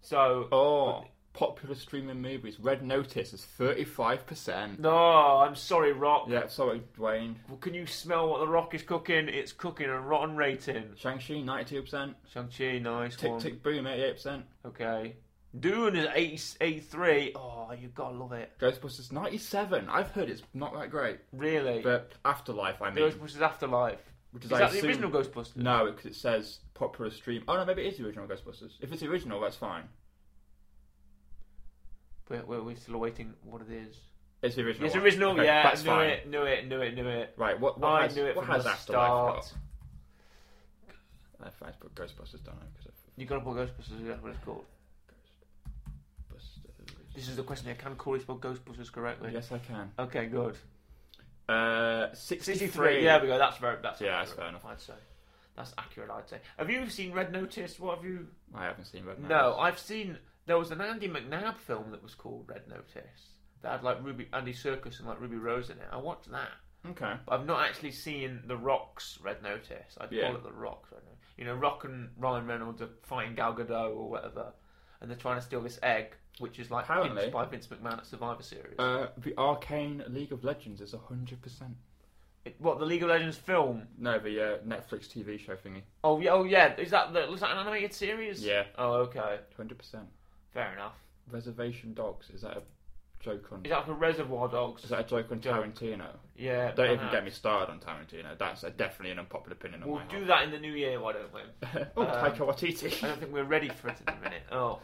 B: So
C: Oh. popular streaming movies. Red Notice is 35%.
B: No, oh, I'm sorry, Rock.
C: Yeah, sorry, Dwayne.
B: Well, can you smell what the Rock is cooking? It's cooking a rotten rating.
C: Shang-Chi, 92%.
B: Shang Chi, nice
C: Tick
B: one.
C: Tick Boom, 88%.
B: Okay. Dune is 8, 83. Oh, you gotta love it.
C: Ghostbusters, 97. I've heard it's not that great.
B: Really?
C: But Afterlife, I mean.
B: Ghostbusters Afterlife.
C: Which
B: Is
C: I
B: that the
C: assume-
B: original Ghostbusters?
C: No, because it says popular stream. Oh no, maybe it is the original Ghostbusters. If it's the original, that's fine.
B: We're, we're, we're still awaiting what it is.
C: It's the original.
B: It's
C: one.
B: original,
C: Okay,
B: yeah.
C: That's
B: knew
C: fine.
B: it, knew it, knew it, knew it.
C: Right. What, what
B: I
C: has,
B: knew it
C: what
B: from
C: has
B: the
C: Afterlife
B: start.
C: got? I've I've put Ghostbusters down because
B: You gotta put Ghostbusters, that's what it's called.
C: Ghostbusters.
B: This is the question here. Can Corey spell Ghostbusters correctly?
C: Yes, I can.
B: Okay, good.
C: Uh, 63.
B: 63. Yeah, we go. That's very. That's
C: Yeah, that's
B: accurate,
C: fair enough.
B: I'd say that's accurate. I'd say. Have you seen Red Notice? What have you?
C: I haven't seen Red Notice.
B: No, I've seen. There was an Andy McNab film that was called Red Notice that had like Ruby Andy Circus and like Ruby Rose in it. I watched that,
C: Okay.
B: but I've not actually seen The Rock's Red Notice. I'd
C: Yeah.
B: call it The Rock's Red Notice. You know, Rock and Ryan Reynolds are fighting Gal Gadot or whatever, and they're trying to steal this egg, which is like
C: Apparently.
B: pinched by Vince McMahon at Survivor Series.
C: Uh, the Arcane League of Legends is hundred percent.
B: It- what the League of Legends film?
C: No, the uh, Netflix TV show thingy.
B: Oh yeah, oh yeah. Is that the, was that an animated series?
C: Yeah,
B: Oh okay,
C: hundred percent.
B: fair enough.
C: Reservation Dogs. Is that a joke on?
B: Is that for Reservoir Dogs?
C: Is that a joke on Tarantino?
B: yeah.
C: Don't even
B: perhaps.
C: get me started on Tarantino. That's uh definitely an unpopular opinion on
B: Uh-huh. We'll
C: my
B: do that in the new year, why don't we?
C: that. oh,
B: um,
C: Taika Waititi.
B: I don't think we're ready for it at the minute. Oh,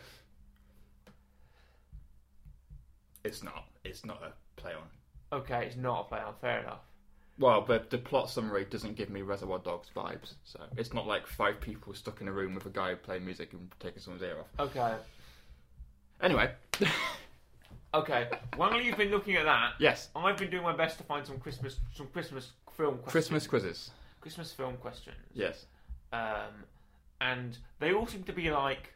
C: It's not. It's not a play on.
B: okay, it's not a play on. Fair enough.
C: Well, but the plot summary doesn't give me Reservoir Dogs vibes. So it's not like five people stuck in a room with a guy playing music and taking someone's ear off.
B: Okay,
C: Anyway,
B: okay. While you've been looking at that,
C: yes,
B: I've been doing my best to find some Christmas, some Christmas film, questions.
C: Christmas quizzes.
B: Christmas film questions.
C: Yes.
B: Um, and they all seem to be like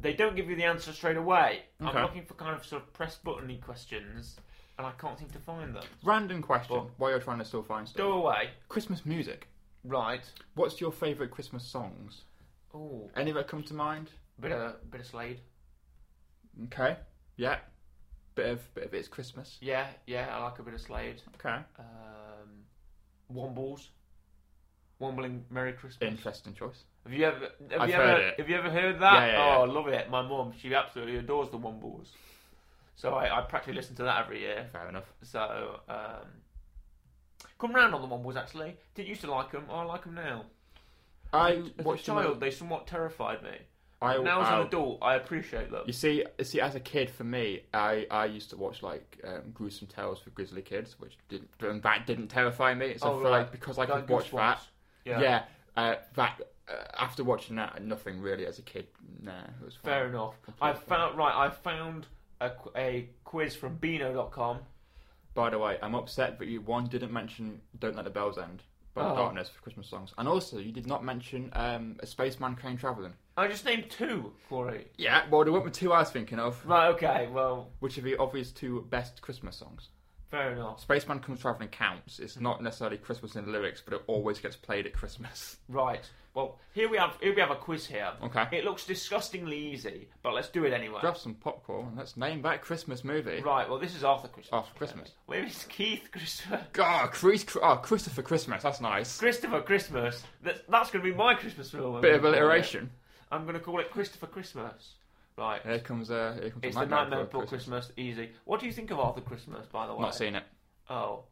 B: they don't give you the answer straight away.
C: Okay.
B: I'm looking for kind of sort of press buttony questions, and I can't seem to find them.
C: Random question
B: Well-
C: while you're trying to still find stuff.
B: Go away.
C: Christmas music.
B: Right.
C: What's your favourite Christmas songs?
B: Oh,
C: Any that come to mind?
B: bit of bit of Slade.
C: Okay. Yeah. Bit of bit of it's Christmas.
B: Yeah, yeah, I like a bit of Slade.
C: Okay.
B: Um, Wombles. Wombling Merry Christmas.
C: Interesting choice.
B: Have you ever have
C: I've
B: you ever
C: heard it.
B: have you ever heard that?
C: Yeah, yeah,
B: oh, I love it. My mum, she absolutely adores the Wombles. So I, I practically listen to that every year.
C: Fair enough.
B: So um, come round on the Wombles actually. Didn't used to like them. I like them now.
C: I
B: As
C: watched
B: a
C: them-
B: child, they somewhat terrified me.
C: I
B: now as
C: I-
B: an adult, I appreciate them.
C: You see, you see, as a kid, for me, I, I used to watch like um, gruesome tales for grizzly kids, which didn't and that didn't terrify me. So
B: Oh,
C: I feel
B: right.
C: like because I
B: Like
C: could watch that,
B: Goosebumps.
C: yeah,
B: Yeah.
C: uh, that uh, after watching that, nothing really as a kid. Nah, it was fine.
B: Fair enough.
C: Completely
B: I found right. I found a, qu- a quiz from Beano.com.
C: By the way, I'm upset that you one didn't mention "Don't Let the Bells End" by the
B: Oh.
C: Darkness for Christmas songs, and also you did not mention um, "A Spaceman Came Traveling."
B: I just named two, Corey.
C: Yeah, well, there weren't the two I was thinking of,
B: Right. Okay. Well,
C: which are the obvious two best Christmas songs.
B: fair enough.
C: Spaceman Comes Traveling counts. It's not necessarily Christmas in the lyrics, but it always gets played at Christmas.
B: Right. Well, here we have here we have a quiz here.
C: Okay.
B: It looks disgustingly easy, but let's do it anyway.
C: Grab some popcorn and let's name that Christmas movie.
B: Right. Well, this is after Christmas.
C: After Christmas.
B: Well, it's Keith Christopher.
C: God, Chris, oh, Christopher Christmas. That's nice.
B: Christopher Christmas. That's, that's going to be my Christmas film. I'm
C: Bit
B: gonna
C: of
B: call it.
C: alliteration.
B: I'm going to call it Christopher Christmas. Right.
C: Here comes, uh, here comes
B: it's
C: a
B: the
C: Nightmare
B: Nightmare
C: Before
B: Before Christmas. Easy. What do you think of Arthur Christmas, by the way?
C: Not seen it.
B: Oh,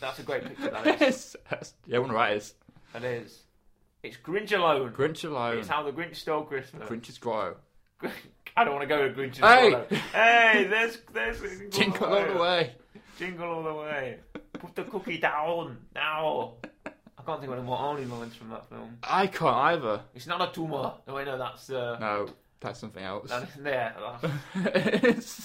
B: that's a great picture. That is.
C: Yes, that's- yeah, one right is
B: That is. It's Grinch alone.
C: Grinch alone.
B: It's how the Grinch stole Christmas.
C: Grinch's grow.
B: I don't want to go to Grinch.
C: Hey!
B: Alone. hey, there's there's Jingle,
C: Jingle all the way.
B: Jingle all the way. Put the cookie down now. I can't think of any more only lines from that film.
C: I can't either.
B: It's not a tumor. No, I know that's uh,
C: No, that's something else.
B: that is there. That's,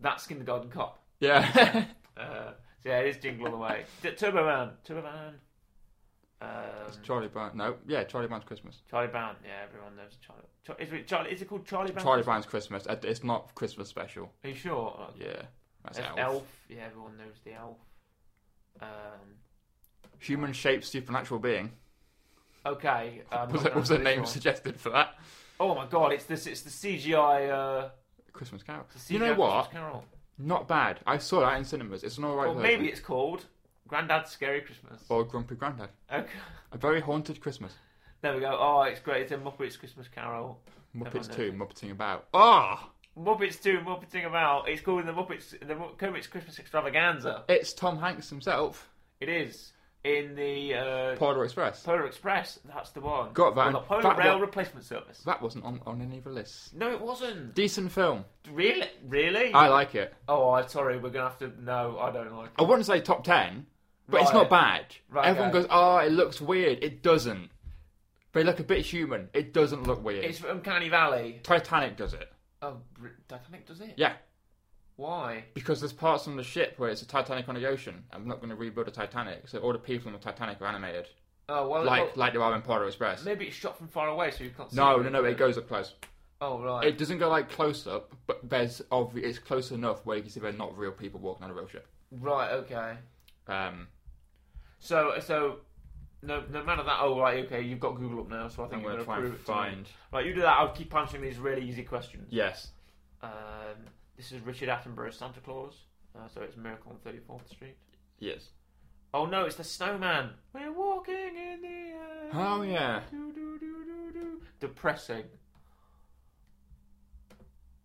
B: that's Kindergarten Cop.
C: yeah.
B: Uh, so yeah, it is Jingle all the way. D- Turbo Man. Turbo Man. Um,
C: Charlie Brown. No, yeah, Charlie Brown's Christmas.
B: Charlie Brown. Yeah, everyone knows Charlie. Char- is, it Charlie is it called Charlie Brown?
C: Charlie Brown's Christmas. Uh, It's not Christmas special.
B: Are you sure? Uh,
C: Yeah, that's
B: Elf.
C: elf.
B: Yeah, everyone knows the elf. Um,
C: Human shaped supernatural being.
B: okay. Um,
C: was, it, was the name suggested for that?
B: Oh my god, it's this. It's the CGI. Uh,
C: Christmas Carol.
B: the CGI
C: You know what?
B: Christmas Carol.
C: Not bad. I saw that in cinemas. It's an alright
B: Or
C: version.
B: maybe it's called Grandad's Scary Christmas.
C: Or Grumpy Grandad.
B: Okay.
C: A very haunted Christmas.
B: There we go. Oh, it's great. It's a Muppets Christmas Carol.
C: Muppets
B: Never
C: Two, Muppeting about. Ah,
B: Muppets 2 Muppeting About. It's called the Muppets the Mu- Kermit's Christmas Extravaganza.
C: it's Tom Hanks himself.
B: It is. In the uh,
C: Polar Express.
B: Polar Express. That's the one.
C: Got that.
B: On the Polar
C: That
B: Rail
C: wa-
B: Replacement Service.
C: That wasn't on, on any of the lists.
B: No, it wasn't.
C: Decent film.
B: Really? Really?
C: I like it.
B: Oh, I'm sorry. We're gonna have to. No, I don't like.
C: I wouldn't say top ten, but it's
B: Right.
C: not bad.
B: Right,
C: Everyone
B: okay.
C: goes, "Oh, it looks weird." It doesn't. They look a bit human. It doesn't look weird.
B: It's from Uncanny Valley.
C: Titanic does it.
B: Oh, Br- Titanic does it?
C: Yeah,
B: Why?
C: because there's parts on the ship where it's a Titanic on the ocean. I'm not going to rebuild a Titanic, so all the people on the Titanic are animated,
B: Oh well.
C: like
B: well,
C: like they are in Polar Express.
B: maybe it's shot from far away, so you can't. see
C: No, no, no. It goes up close.
B: Oh right.
C: It doesn't go like close up, but there's obvious. It's close enough where you can see they're not real people walking on a real ship.
B: Right. Okay.
C: Um,
B: So so. No, no matter that. Oh right, okay. You've got Google up now, so I
C: I'm
B: think
C: going
B: you're
C: to try
B: gonna prove
C: and
B: it to me.
C: find.
B: Right, you do that. I'll keep answering these really easy questions.
C: Yes.
B: Um, this is Richard Attenborough's Santa Claus. Uh, so it's Miracle on 34th Street.
C: Yes.
B: Oh no, it's the snowman. We're walking in the air.
C: Oh yeah.
B: Do, do, do, do, do. Depressing.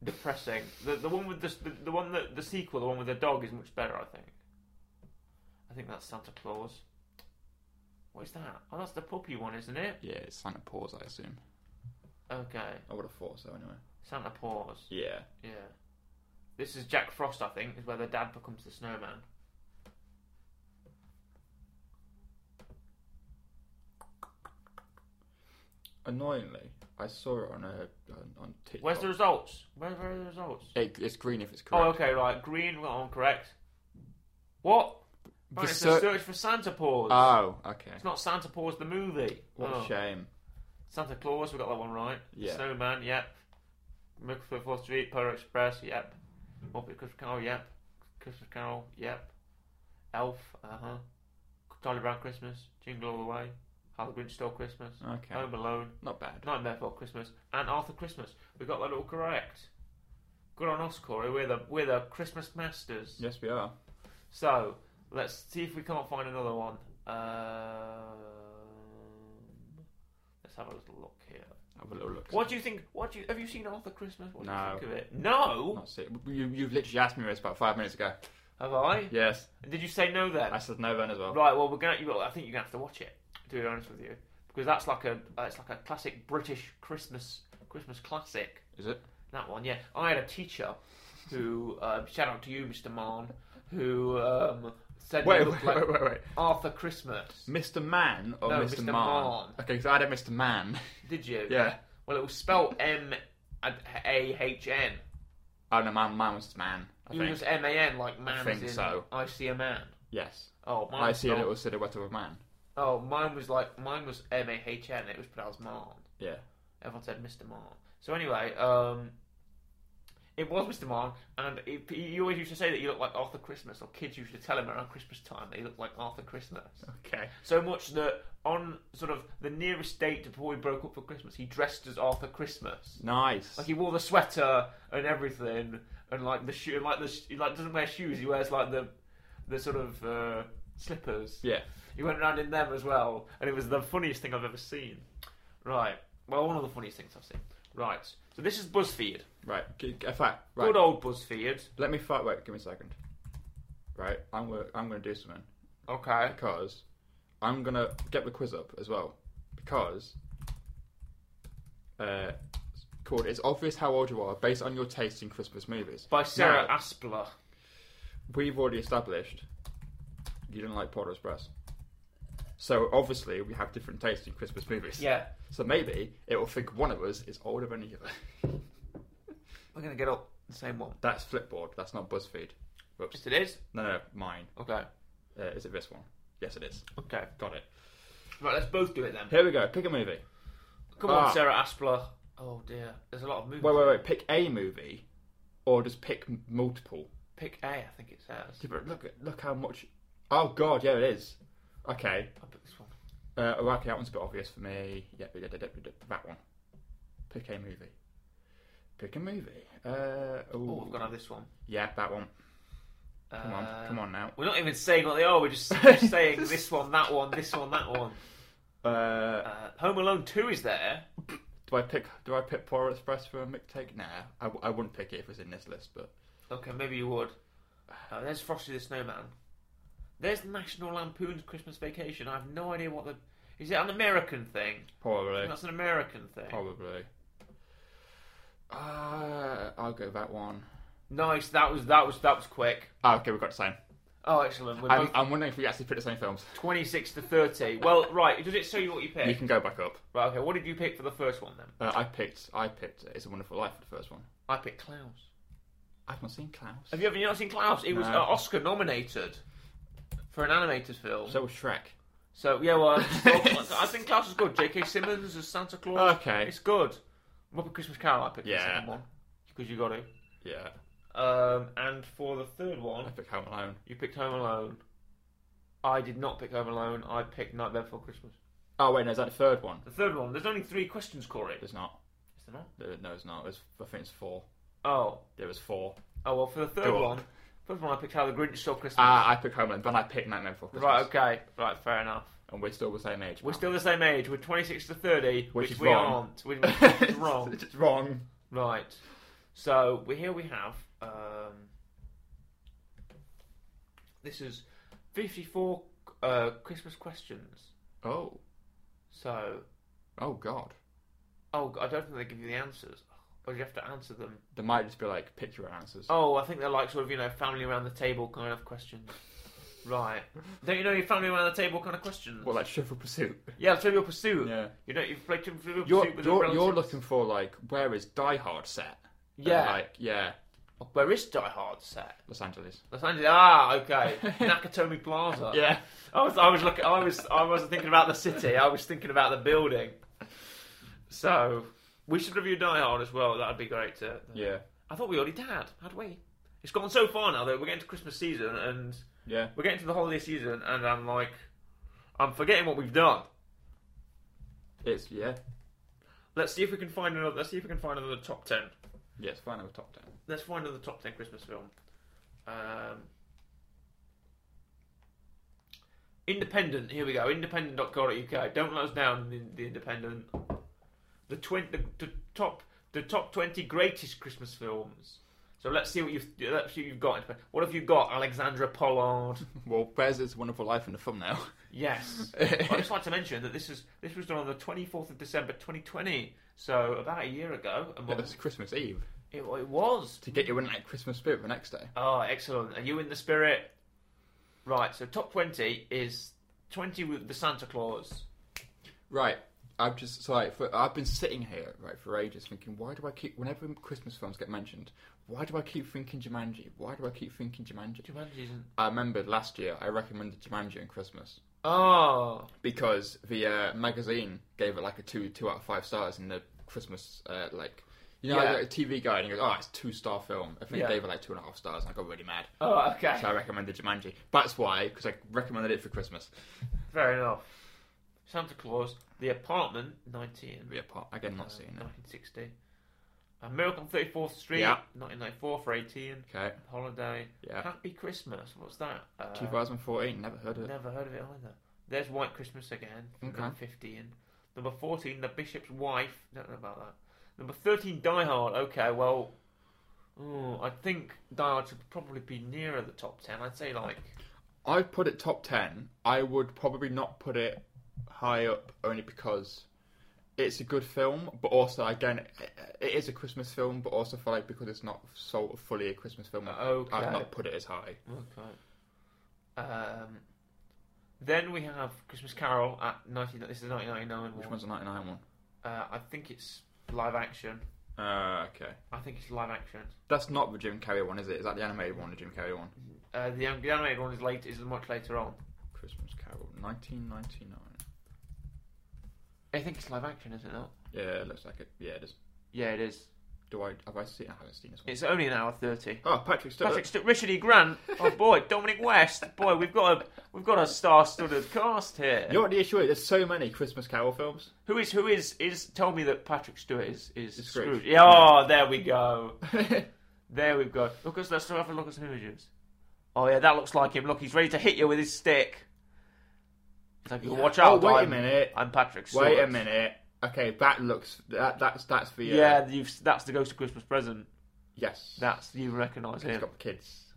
B: Depressing. The the one with the, the the one that the sequel, the one with the dog, is much better. I think. I think that's Santa Claus. What is that? Oh, that's the puppy one, isn't it?
C: Yeah, it's Santa Paws, I assume.
B: Okay,
C: I would have thought so anyway.
B: Santa Paws.
C: Yeah.
B: Yeah. This is Jack Frost, I think, is where the dad becomes the snowman.
C: Annoyingly, I saw it on a on, on TikTok.
B: Where's the results? Where, where are the results?
C: It, it's green if it's correct.
B: Oh, okay, right. Green, got on correct. What?
C: The
B: Right, it's
C: ser-
B: a search for Santa Paws.
C: Oh, okay.
B: it's not Santa Paws the movie.
C: What
B: Oh.
C: a shame.
B: Santa Claus, we got that one right.
C: Yeah.
B: Snowman, yep. Milkford 4th Street, Polar Express, yep. Muppet Christmas Carol, yep. Christmas Carol, yep. Elf, uh huh. Charlie Brown Christmas, Jingle All the Way, How the Grinch Stole Christmas,
C: Okay.
B: Home Alone,
C: Not bad.
B: Nightmare Before Christmas, and Arthur Christmas. We got that all correct. Good on us, Corey. We're the we're the Christmas masters.
C: Yes, we are.
B: So let's see if we can't find another one. Um, let's have a little look here.
C: Have a little look.
B: What do you think? What do you have you seen Arthur Christmas? What do
C: No.
B: you think of it? No.
C: Not see- You, you've literally asked me this about five minutes ago.
B: Have I?
C: Yes.
B: Did you say no then?
C: I said no then as well.
B: Right. Well, we're gonna. You, well, I think you're gonna have to watch it. To be honest with you, because that's like a uh, it's like a classic British Christmas Christmas classic.
C: Is it?
B: That one, yeah. I had a teacher who, um, shout out to you, Mr. Mann, who um, said
C: Wait,
B: you
C: wait,
B: looked like
C: wait, wait, wait.
B: Arthur Christmas.
C: Mr. Man or
B: No,
C: Mr.
B: Mr.
C: Man?
B: Mann.
C: Okay, because I had a Mr. Man.
B: Did you?
C: yeah.
B: Well, it was spelled M uh, A H N.
C: Oh no, man, man was Man. I
B: It was
C: think.
B: just M A N, like man. as
C: think
B: in
C: so.
B: I see a man.
C: Yes.
B: Oh, mine
C: I
B: was
C: see a
B: not-
C: little silhouette of a man.
B: Oh, mine was like mine was M A H N. It was pronounced Marn.
C: Yeah.
B: Everyone said Mr. Marn. So anyway, um, it was Mr. Marn, and it, he always used to say that he looked like Arthur Christmas, or kids used to tell him around Christmas time that he looked like Arthur Christmas.
C: Okay.
B: So much that on sort of the nearest date to before we broke up for Christmas, he dressed as Arthur Christmas.
C: Nice.
B: Like he wore the sweater and everything, and like the shoe, and like the sh- he like doesn't wear shoes. He wears like the the sort of uh, slippers.
C: Yeah.
B: He went around in them as well, and it was the funniest thing I've ever seen. Right. Well, one of the funniest things I've seen. Right. So this is BuzzFeed.
C: Right. g- In fact, right.
B: Good old BuzzFeed.
C: Let me fight. Wait, give me a second. Right, I'm gonna I'm gonna do something
B: Okay.
C: because I'm gonna get the quiz up as well because uh, it's called "It's Obvious How Old You Are" based on your taste in Christmas movies.
B: By Sarah
C: Now,
B: Aspler.
C: we've already established you didn't like Polar Express, so obviously we have different tastes in Christmas movies.
B: Yeah.
C: So maybe it will think one of us is older than the other.
B: We're gonna get up the same one.
C: That's Flipboard. That's not BuzzFeed. Whoops.
B: Yes, it is.
C: No, no, mine.
B: Okay.
C: Uh, is it this one? Yes, it is.
B: Okay.
C: Got it.
B: Right. Let's both do it then.
C: Here we go. Pick a movie.
B: Come
C: Ah.
B: on, Sarah Aspler. Oh dear. There's a lot of movies.
C: Wait, wait, wait. Pick a movie, or just pick m- multiple.
B: Pick A, I think it says.
C: Yeah, but look, look how much. Oh God, yeah, it is. Okay.
B: I picked this one.
C: Uh, oh, okay, that one's a bit obvious for me. Yeah, yeah, yeah, yeah, yeah, that one. Pick a movie. Pick a movie. Uh,
B: Oh,
C: ooh.
B: I've got to have this one.
C: yeah, that one. Come on,
B: Uh,
C: come on now.
B: We're not even saying what they are. We're just, just saying this one, that one, this one, that one.
C: Uh,
B: Uh, Home Alone Two is there.
C: do I pick? Do I pick Poor Express for a mixtape? Nah, I, w- I wouldn't pick it if it's in this list. But
B: Okay, maybe you would. Uh, there's Frosty the Snowman. There's National Lampoon's Christmas Vacation. I have no idea what the is it an American thing?
C: probably,
B: That's an American thing.
C: probably. Uh, I'll go that one.
B: Nice. That was that was that was quick.
C: Ah, okay, we've got the same.
B: Oh, excellent. We're
C: I'm,
B: both
C: I'm wondering if we actually pick the same films.
B: 26 to 30. Well, right. Does it show you what you
C: You
B: picked?
C: can go back up.
B: Right. Okay. What did you pick for the first one then?
C: Uh, I picked. I picked. It's a Wonderful Life for the first one.
B: I picked Klaus.
C: I've not seen Klaus.
B: Have you ever you not seen Klaus? It was
C: No.
B: uh, Oscar nominated for an animated film. So,
C: So was Shrek.
B: yeah, well, I'm just- I think Klaus is good. J.K. Simmons as Santa Claus.
C: Okay.
B: It's good. Muppet Christmas Carol. I picked the
C: Yeah.
B: second one because you got it.
C: Yeah.
B: Um, and for the third
C: I
B: one,
C: picked Home Alone.
B: you picked Home Alone. I did not pick Home Alone. I picked Nightmare Before Christmas.
C: Oh wait, no, is that the third one?
B: The third one. There's only three questions, Corey. Is
C: There's not.
B: there not?
C: There, no, it's not. It's, I think it's four.
B: Oh,
C: There was four.
B: oh well. For the third
C: Go on.
B: one, first one I picked How the Grinch Stole Christmas.
C: Ah, I picked Home Alone, then I picked Nightmare Before Christmas.
B: right. Okay. Right. Fair enough.
C: And we're still the same age.
B: We're
C: man.
B: still the same age. We're 26 to 30, which,
C: Which is
B: we
C: wrong.
B: aren't. Which is wrong.
C: it's wrong.
B: Right. So we here we have. Um, this is 54 uh, Christmas questions.
C: Oh.
B: So
C: Oh God.
B: oh, I don't think they give you the answers. Or you have to answer them.
C: There might just be like pick your answers.
B: Oh, I think they're like sort of you know family around the table kind of questions. Right. Don't you know your family around the table kind of questions?
C: Well, like Trivial Pursuit.
B: yeah, Trivial Pursuit.
C: Yeah.
B: You know you've played Trivial
C: You're
B: Pursuit with your
C: you're,
B: relatives.
C: you're looking for like where is Die Hard set? And,
B: Yeah.
C: Like yeah,
B: Where is Die Hard set?
C: Los Angeles.
B: Los Angeles. Ah, okay. Nakatomi Plaza.
C: Yeah.
B: I was, I was looking. I was, I wasn't thinking about the city. I was thinking about the building. So we should review Die Hard as well. That'd be great. To,
C: Yeah.
B: I thought we already did. Had we? It's gone so far now that we're getting to Christmas season and
C: Yeah.
B: we're getting to the holiday season, and I'm like, I'm forgetting what we've done.
C: It's yeah.
B: Let's see if we can find another. Let's see if we can find another top ten.
C: Yeah. It's final top ten.
B: Let's find another top ten Christmas film. Um, Independent. Here we go. Independent.co.uk. Don't let us down. The, the Independent. The, twen- the, the top the top twenty greatest Christmas films. So let's see what you've let's see what you've got. What have you got? Alexandra Pollard.
C: Well, where's this wonderful life in the thumbnail?
B: Yes. I'd just like to mention that this is this was done on the twenty fourth of December, twenty twenty. So about a year ago, a
C: Well,
B: month.
C: it's Christmas Eve
B: It, it was.
C: to get you in that Christmas spirit the next day.
B: Oh, excellent. Are you in the spirit? Right, so top 20 is 20 with the Santa Claus.
C: Right. I've just so like for, I've been sitting here right for ages thinking why do I keep whenever Christmas films get mentioned why do I keep thinking Jumanji why do I keep thinking Jumanji
B: Jumanji isn't.
C: I remembered last year I recommended Jumanji on Christmas
B: Oh,
C: because the uh, magazine gave it like a two two out of five stars in the Christmas uh, like you know
B: Yeah.
C: like a TV guide and he goes oh it's a two star film I think
B: Yeah.
C: it gave it like two and a half stars and I got really mad
B: oh okay.
C: so I recommended Jumanji that's why because I recommended it for Christmas
B: Fair enough. Santa Claus, The Apartment, 19.
C: the apart again
B: uh,
C: not seeing it
B: 1960. A Miracle on 34th Street,
C: Yeah.
B: 1994 for 18.
C: okay
B: Holiday.
C: yeah
B: Happy Christmas, what's that? Uh,
C: 2014 never heard of it
B: Never heard of it either. There's White Christmas again.
C: Okay.
B: Number 15. Number 14, The Bishop's Wife. Don't know about that. Number 13, Die Hard. Okay, well, ooh, I think Die Hard should probably be nearer the top 10. I'd say like.
C: I put it top ten. I would probably not put it high up only because it's a good film, but also again, it- it is a Christmas film, but also for like because it's not so fully a Christmas film. I've-
B: Okay.
C: I've not put it as high.
B: Okay. Um, then we have Christmas Carol at 19. This is the 1999
C: Which
B: one.
C: one's a ninety nine one?
B: Uh, I think it's live action.
C: Uh, okay,
B: I think it's live action.
C: that's not the Jim Carrey one, is it? Is that the animated one? The Jim Carrey one?
B: Uh, the, the animated one is late. Is much later on.
C: Christmas Carol, nineteen ninety nine.
B: I think it's live action, is it not?
C: Yeah, it looks like it. Yeah, it is.
B: Yeah, it is.
C: Do I have I seen? I haven't seen this one.
B: It's only an hour thirty.
C: Oh, Patrick Stewart.
B: Patrick Stewart, Richard E. Grant, oh boy, Dominic West, boy, we've got a we've got a star-studded cast here.
C: You know what the issue is? There's so many Christmas Carol films.
B: Who is who is is? Tell me that Patrick Stewart is is
C: It's
B: Scrooge.
C: Scrooge.
B: Yeah, oh, there we go,
C: That's
B: there we go. Look, us- let's have a look at some images. Oh yeah, that looks like him. Look, he's ready to hit you with his stick. It's like,
C: Yeah.
B: watch
C: Oh,
B: out!
C: wait a
B: I'm-
C: minute.
B: I'm Patrick Stewart.
C: Wait a minute. Okay, that looks that that's that's the uh,
B: Yeah, you've, that's the Ghost of Christmas Present.
C: yes.
B: That's you recognise
C: He's
B: him.
C: got kids.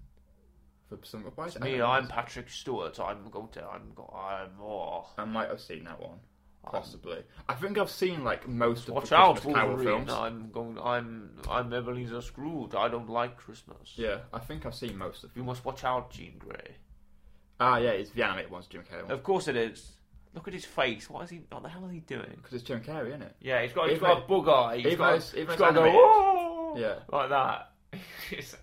C: For some why is it-
B: Me, I'm Patrick Stewart. I'm going to. I'm. go- I'm. Oh.
C: I might have seen that one. Possibly. I think I've seen like most of
B: Um, Watch
C: the
B: out,
C: Christmas Carol
B: Wolverine!
C: films.
B: I'm going. I'm. I'm Ebenezer Scrooge. I don't like Christmas.
C: Yeah, I think I've seen most of them.
B: You must watch out, Jean Grey.
C: Ah, yeah, it's the animated ones, Jim Carrey one.
B: Of course it is. Look at his face. What is he? What the hell is he doing?
C: Because it's Jim Carrey, isn't it?
B: Yeah, he's got. He's
C: Even
B: got
C: if-
B: a bug eye. He's
C: even
B: got.
C: if- even
B: he's
C: if
B: got to go.
C: animated.
B: "Oh!"
C: Yeah.
B: like that. It's-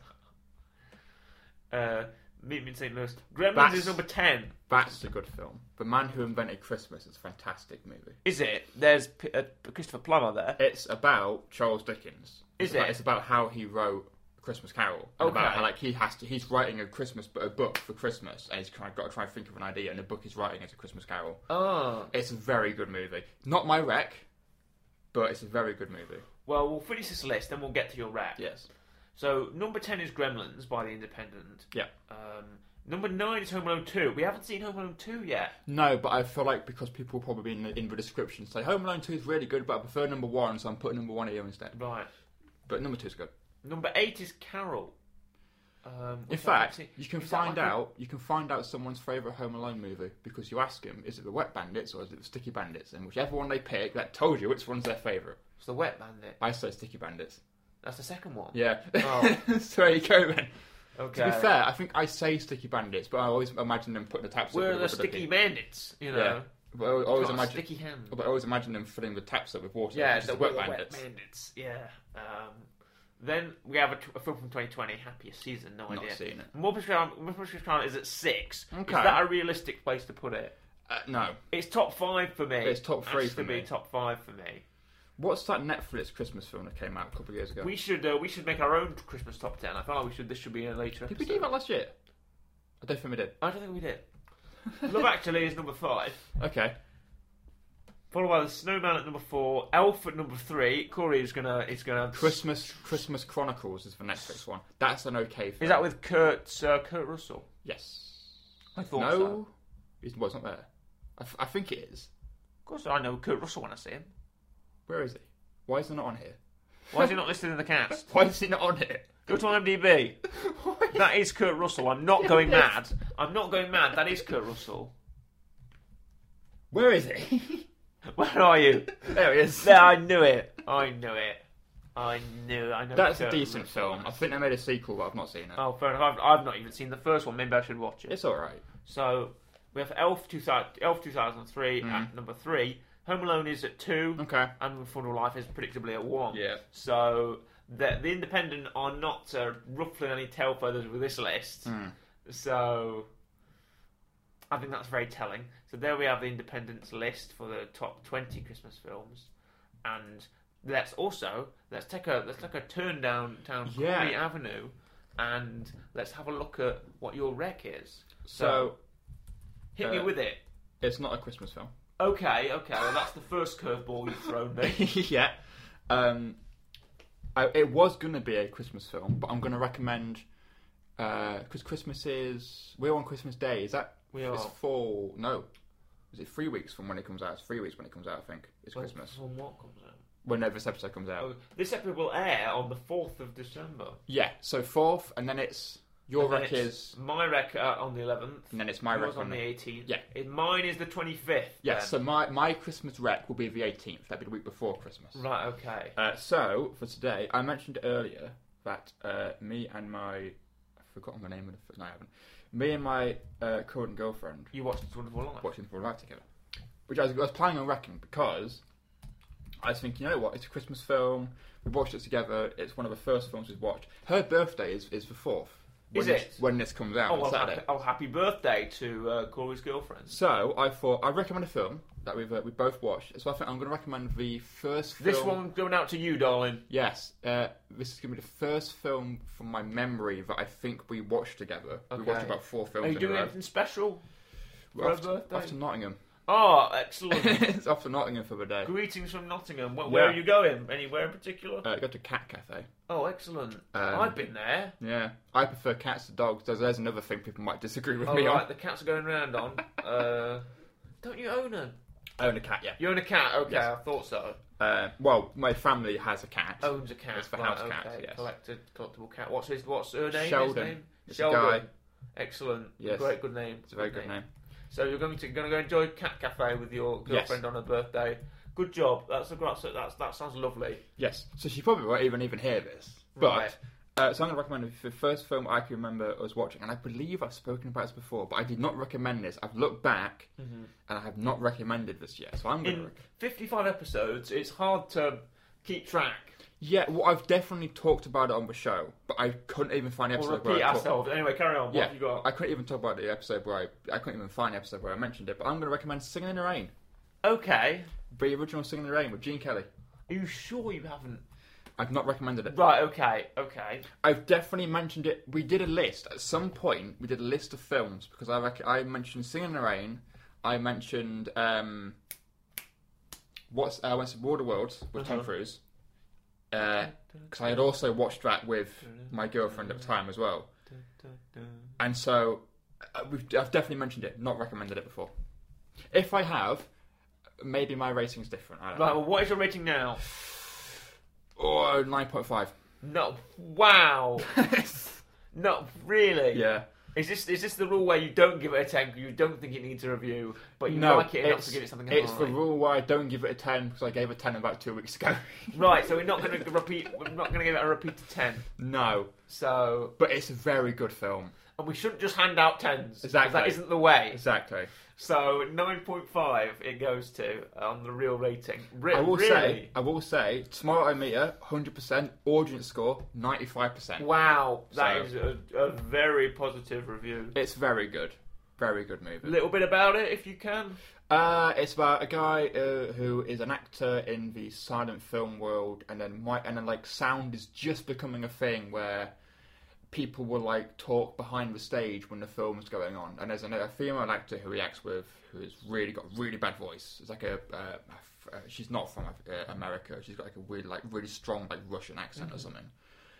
B: uh, meet me in St. Louis. Gremlins
C: That's-
B: is number ten.
C: That's a good film. The Man Who Invented Christmas is a fantastic movie.
B: Is it? There's P- uh, Christopher Plummer there.
C: It's about Charles Dickens.
B: Is
C: It's
B: it?
C: about, It's about how he wrote Christmas Carol. And About
B: Okay.
C: how, like he has to, he's writing a Christmas a book for Christmas, and he's kind of got to try and think of an idea, and the book he's writing is a Christmas Carol.
B: Oh.
C: It's a very good movie. Not my wreck, but it's a very good movie.
B: Well, we'll finish this list, then we'll get to your rap.
C: Yes.
B: So number ten is Gremlins by The Independent.
C: Yeah.
B: Um, number nine is Home Alone Two. We haven't seen Home Alone Two yet.
C: No, but I feel like because people will probably in the, in the description say Home Alone Two is really good, but I prefer number one, so I'm putting number one here instead.
B: Right.
C: But number two is good.
B: Number eight is Carol. Um,
C: In
B: which I haven't
C: fact,
B: seen.
C: you can
B: Is that
C: find
B: like a-
C: out you can find out someone's favorite Home Alone movie because you ask them, is it the Wet Bandits or is it the Sticky Bandits? And whichever one they pick, that told you which one's their favorite.
B: It's the Wet Bandit.
C: I say Sticky Bandits.
B: That's the second one.
C: Yeah.
B: Oh.
C: so there you go then.
B: Okay.
C: To be fair, I think I say Sticky Bandits, but I always imagine them putting the taps
B: we're
C: up.
B: the
C: with rubber
B: sticky
C: ducky.
B: bandits. You know.
C: Yeah. But I always- always
B: Got a
C: imagine.
B: sticky hands.
C: But I always imagine them filling the taps up with water.
B: Yeah,
C: which is
B: the,
C: the Wet
B: Wet
C: Bandits.
B: Bandits. Yeah. Um, then we have a, t- a film from 2020, Happiest Season. No
C: Not
B: idea.
C: seen it.
B: Muppet Crown- Muppet Crown is at six.
C: Okay.
B: Is that a realistic place to put it?
C: Uh, no.
B: It's top five for me.
C: It's top three
B: Has
C: for
B: to be
C: me.
B: top five for me.
C: What's that Netflix Christmas film that came out a couple of years ago?
B: We should uh, we should make our own Christmas top ten. I feel like we should. This should be in a later.
C: Did we
B: episode.
C: do that last year? I don't think we did.
B: I don't think we did. Love Actually is number five,
C: Okay.
B: followed by the Snowman at number four, Elf at number three. Corey is gonna is gonna.
C: Christmas Christmas Chronicles is the Netflix one. That's an okay film.
B: Is that with Kurt uh, Kurt Russell?
C: Yes.
B: I thought
C: no.
B: so.
C: It's, well, it's not there. I, f- I think it is.
B: Of course, I know Kurt Russell when I see him.
C: Where is he? Why is it not on here?
B: Why is he not listed in the cast?
C: Why is he not on here?
B: Go to IMDb. That is Kurt Russell. I'm not going mad. I'm not going mad. That is Kurt Russell.
C: Where is he?
B: Where are you?
C: there he is.
B: There, I knew it. I knew it. I knew. I know.
C: That's a
B: Kurt
C: decent
B: Russell.
C: film. I think they made a sequel, but I've not seen it.
B: Oh, fair enough. I've, I've not even seen the first one. Maybe I should watch it.
C: It's all right.
B: So we have Elf, 2000, Elf 2003 at number three. Home Alone is at two.
C: Okay.
B: And Funeral Life is predictably at one.
C: Yeah.
B: So the, the Independent are not uh, ruffling any tail feathers with this list.
C: Hmm.
B: So I think that's very telling. So there we have the Independent's list for the top 20 Christmas films. And let's also let's take a let's take a turn down town
C: Yeah.
B: Corey Avenue and let's have a look at what your rec is.
C: So
B: Hit me
C: Uh,
B: with it.
C: it's not a Christmas film.
B: Okay, okay. Well, that's the first curveball you've thrown me.
C: yeah. Um, I, it was going to be a Christmas film, but I'm going to recommend because Christmas is we're on Christmas Day. Is that
B: We
C: It's
B: are.
C: four. No, is it three weeks from when it comes out? It's three weeks when it comes out. I think it's Christmas
B: From what comes out?
C: whenever this episode comes out.
B: Oh, this episode will air on the fourth of December.
C: Yeah. So fourth, and then it's your
B: And then
C: rec
B: it's
C: is,
B: my rec uh, on the eleventh.
C: and then it's my rec
B: on
C: on
B: the
C: it.
B: eighteenth.
C: Yeah.
B: mine is the twenty fifth.
C: Yeah. So my my Christmas rec will be the 18th. That'd be the week before Christmas.
B: right. Okay.
C: Uh, so for today, I mentioned earlier that uh, me and my I've forgotten the name of the no, I haven't. Me and my uh, current girlfriend
B: You watched It's Wonderful Life.
C: watching Full Life together, which I was, I was planning on wrecking because I was thinking, you know what? It's a Christmas film. We watched it together. It's one of the first films we've watched. Her birthday is is the fourth.
B: Is
C: when this-
B: it?
C: when this comes out
B: Oh,
C: on
B: well,
C: Saturday?
B: happy, oh, happy birthday to uh, Corey's girlfriend.
C: So I thought I recommend a film that we've uh, we both watched. So I think I'm going to recommend the first. Film.
B: This one going out to you, darling.
C: Yes, uh, this is going to be the first film from my memory that I think we watched together. We watched
B: Okay.
C: about four films.
B: Are you
C: in
B: doing
C: a row.
B: anything special?
C: We're off,
B: for
C: to,
B: a birthday?
C: off to Nottingham.
B: Oh, excellent.
C: it's off to Nottingham for the day.
B: Greetings from Nottingham. Where, where
C: Yeah.
B: are you going? Anywhere in particular?
C: Uh, go to Cat Cafe.
B: oh, excellent.
C: um,
B: I've been there.
C: Yeah, I prefer cats to dogs. There's, there's another thing people might disagree with
B: Oh,
C: me
B: right,
C: on.
B: the cats are going round on. uh, don't you own them?
C: I own a cat. Yeah.
B: You own a cat? Okay,
C: Yes.
B: I thought so.
C: Uh, well, my family has a cat.
B: Owns a cat.
C: It's for
B: right,
C: house
B: okay.
C: cats, yes.
B: Collected, collectible cat. What's his? What's her name?
C: Sheldon.
B: His name?
C: It's a
B: Sheldon.
C: guy.
B: Excellent.
C: Yes.
B: Great, good name.
C: It's a very good name.
B: So you're going to going to go enjoy cat cafe with your
C: Yes.
B: girlfriend on her birthday. Good job. That's a that's, that's that sounds lovely.
C: Yes. So she probably won't even even hear this. But
B: Right.
C: uh, so I'm going to recommend the first film I can remember us watching, and I believe I've spoken about this before, but I did not recommend this. I've looked back, and I have not recommended this yet. So I'm going to.
B: Mm-hmm. In 55 episodes, it's hard to keep track
C: yeah, well, I've definitely talked about it on the show, but I couldn't even find the
B: or
C: episode where
B: repeat
C: I talked-
B: ourselves. Anyway, carry on. What
C: Yeah,
B: have you got?
C: I couldn't even talk about the episode where I, I couldn't even find the episode where I mentioned it. But I'm going to recommend "Singing in the Rain,"
B: Okay.
C: the original "Singing in the Rain" with Gene Kelly.
B: Are you sure you haven't?
C: I've not recommended it.
B: Right. Okay. Okay.
C: I've definitely mentioned it. We did a list at some point. We did a list of films because I rec- I mentioned "Singing in the Rain." I mentioned um, what's uh, what's Waterworld with Tom
B: Uh-huh.
C: Cruise. Because I had also watched that with my girlfriend at the time as well, and so uh, we've, I've definitely mentioned it. Not recommended it before. If I have, maybe my rating's different. I don't
B: Right.
C: know.
B: Well, what is your rating now?
C: Or nine point five.
B: No. Wow. No. Really.
C: yeah.
B: Is this is this the rule where you don't give it a ten? 'cause You don't think it needs a review, but you
C: No,
B: like it enough
C: it's-
B: to give it something.
C: It's
B: high.
C: the rule why I don't give it a 10 because I gave a 10 about two weeks ago.
B: Right, so we're not going to repeat. We're not going to give it a repeated ten.
C: no,
B: So,
C: but it's a very good film.
B: and we shouldn't just hand out tens. 'cause That
C: Exactly.
B: isn't the way.
C: Exactly.
B: So nine point five it goes to on the real rating. Re-
C: I will
B: really?
C: say, I will say, tomorrow I meet her, 100%, audience score, 95%.
B: Wow, that
C: So-
B: is a, a very positive review.
C: It's very good. Very good
B: A
C: movie.
B: little bit about it, if you can.
C: Uh, it's about a guy uh, who is an actor in the silent film world, and then my, and then like sound is just becoming a thing where people will like talk behind the stage when the film's going on. And there's another female actor who he acts with who's really got a really bad voice. It's like a uh, uh, she's not from uh, America. She's got like a weird, like really strong, like Russian accent or something.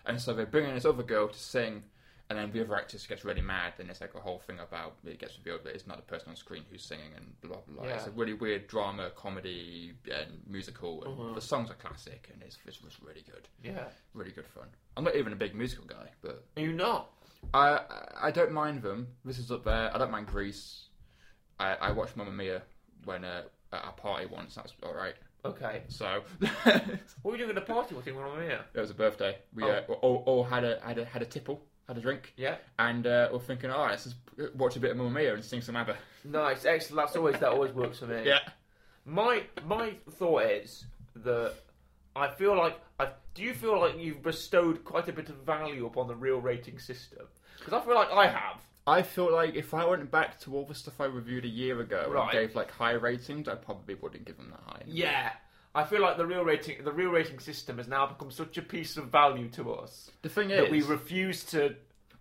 C: And so they bring in this other girl to sing, and then the other actress gets really mad, and it's like a whole thing about it gets revealed that it's not the person on screen who's singing, and blah blah blah. It's a
B: Yeah.
C: really weird drama, comedy, and musical, and the songs are classic, and it's it's just really good,
B: Yeah.
C: really good fun. I'm not even a big musical guy, but
B: Are you not?
C: I I don't mind them. This is up there. I don't mind Greece. I, I watched Mamma Mia when uh, at a party once. That's all right.
B: Okay.
C: So it
B: What were you doing at a party with him when I'm here?
C: was a birthday. We uh, all, all had a had a had a tipple, had a drink.
B: Oh. Yeah.
C: and uh, we're thinking, all right, let's just watch a bit of Mamma Mia and sing some ABBA.
B: Nice, excellent. That's always that always works for me.
C: Yeah.
B: My my thought is that I feel like I do you feel like you've bestowed quite a bit of value upon the real rating system? Because I feel like I have.
C: I feel like if I went back to all the stuff I reviewed a year ago
B: Right.
C: and gave like high ratings, I probably wouldn't give them that high.
B: Yeah. I feel like the real rating the real rating system has now become such a piece of value to us
C: The thing
B: that
C: is,
B: we refuse to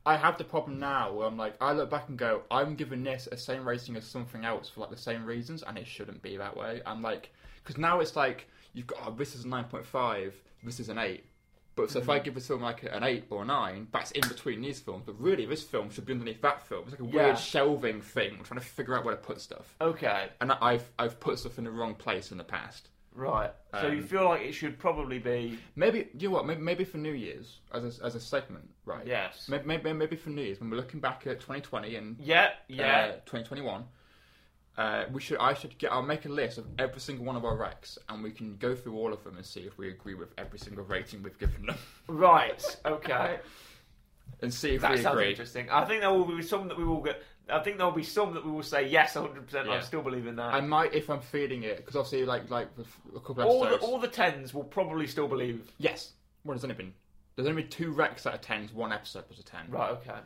C: I have the problem now where I'm like, I look back and go, I'm giving this a same rating as something else for like the same reasons, and it shouldn't be that way. I'm like, because now it's like you've got oh, this is a nine point five, this is an eight. But so if I give this film like an eight or a nine, that's in between these films. But really, this film should be underneath that film. It's like a
B: Yeah.
C: weird shelving thing. I'm trying to figure out where to put stuff,
B: Okay.
C: and I- I've I've put stuff in the wrong place in the past.
B: Right. so you
C: Um,
B: feel like it should probably be
C: Maybe you know what? Maybe, maybe for New Year's as a, as a segment, right?
B: Yes.
C: Maybe, maybe maybe for New Year's when we're looking back at 2020 and
B: Yeah,
C: uh,
B: yeah.
C: 2021. Uh, we should. I should get. I'll make a list of every single one of our recs, and we can go through all of them and see if we agree with every single rating we've given them,
B: right. Okay.
C: and see if
B: That
C: Uh, we
B: sounds
C: agree.
B: interesting. I think there will be some that we will get. I think there will be some that we will say yes, hundred percent. I
C: Yeah.
B: still believe in
C: I
B: that.
C: might, if I'm feeling it, because obviously, like like with a couple
B: All the,
C: episodes.
B: all the tens will probably still believe.
C: Yes. What has only been? There's only been two recs out of tens. One episode was a ten.
B: Right. Okay.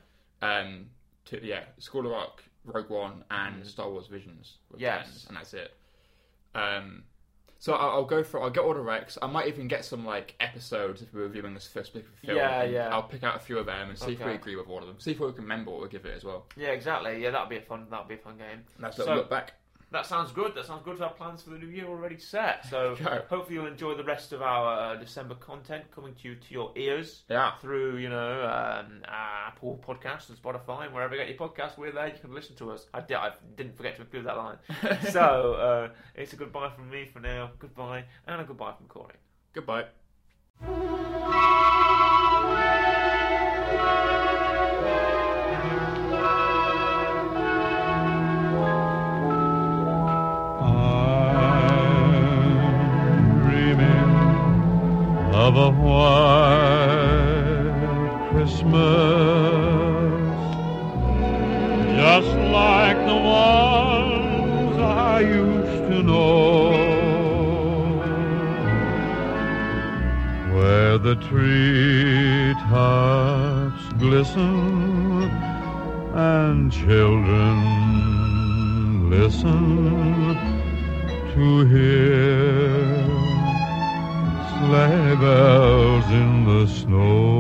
C: Um. Two, yeah. School of Rock, Rogue One, and Star Wars Visions. Were
B: Mm-hmm. Yes.
C: 10s, and that's it. Um, so I'll, I'll go for I'll get Order Rex. I might even get some like episodes if we're reviewing this first pick of a film.
B: Yeah,
C: and
B: yeah.
C: I'll pick out a few of them and see if we
B: Okay.
C: agree with one of them. See if we can remember what we give it as well.
B: Yeah, exactly. Yeah, that'd be a fun. That'd be a fun game.
C: And that's a
B: So-
C: little look back.
B: That sounds good. That sounds good. to have plans for the new year already set. So
C: Yeah.
B: hopefully you'll enjoy the rest of our uh, December content coming to you to your ears
C: Yeah.
B: through you know um, Apple Podcasts and Spotify and wherever you get your podcasts. We're there. You can listen to us. I, did, I didn't forget to include that line. so uh, it's a goodbye from me for now. Goodbye and a goodbye from Corey.
C: Goodbye.
D: I'm dreaming of a white Christmas, just like the ones I used to know, where the treetops glisten and children listen to hear sleigh bells in the snow.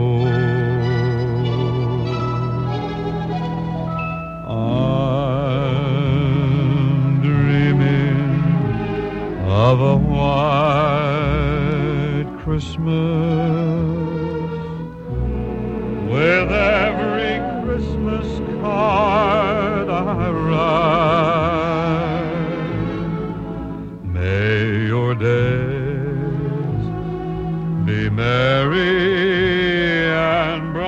D: I'm dreaming of a white Christmas with every Christmas card I write, may your days be merry and bright,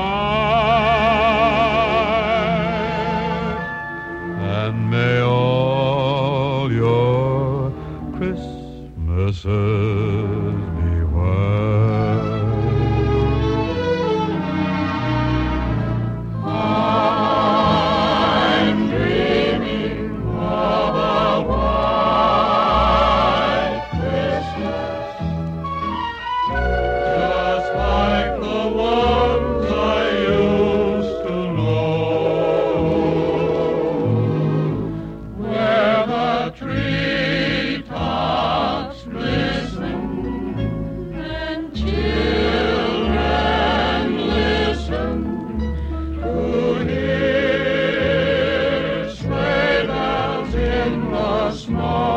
D: and may all your Christmases be white. just like the ones I used to know, where the treetops glisten and children listen to hear sleigh bells in the snow.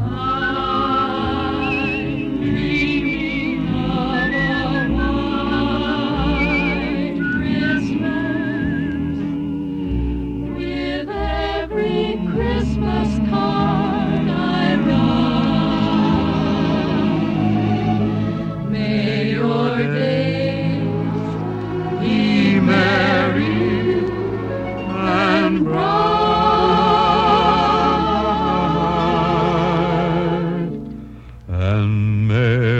D: I'm dreaming of a white Christmas with every Christmas card I write. May your days be merry and bright, and may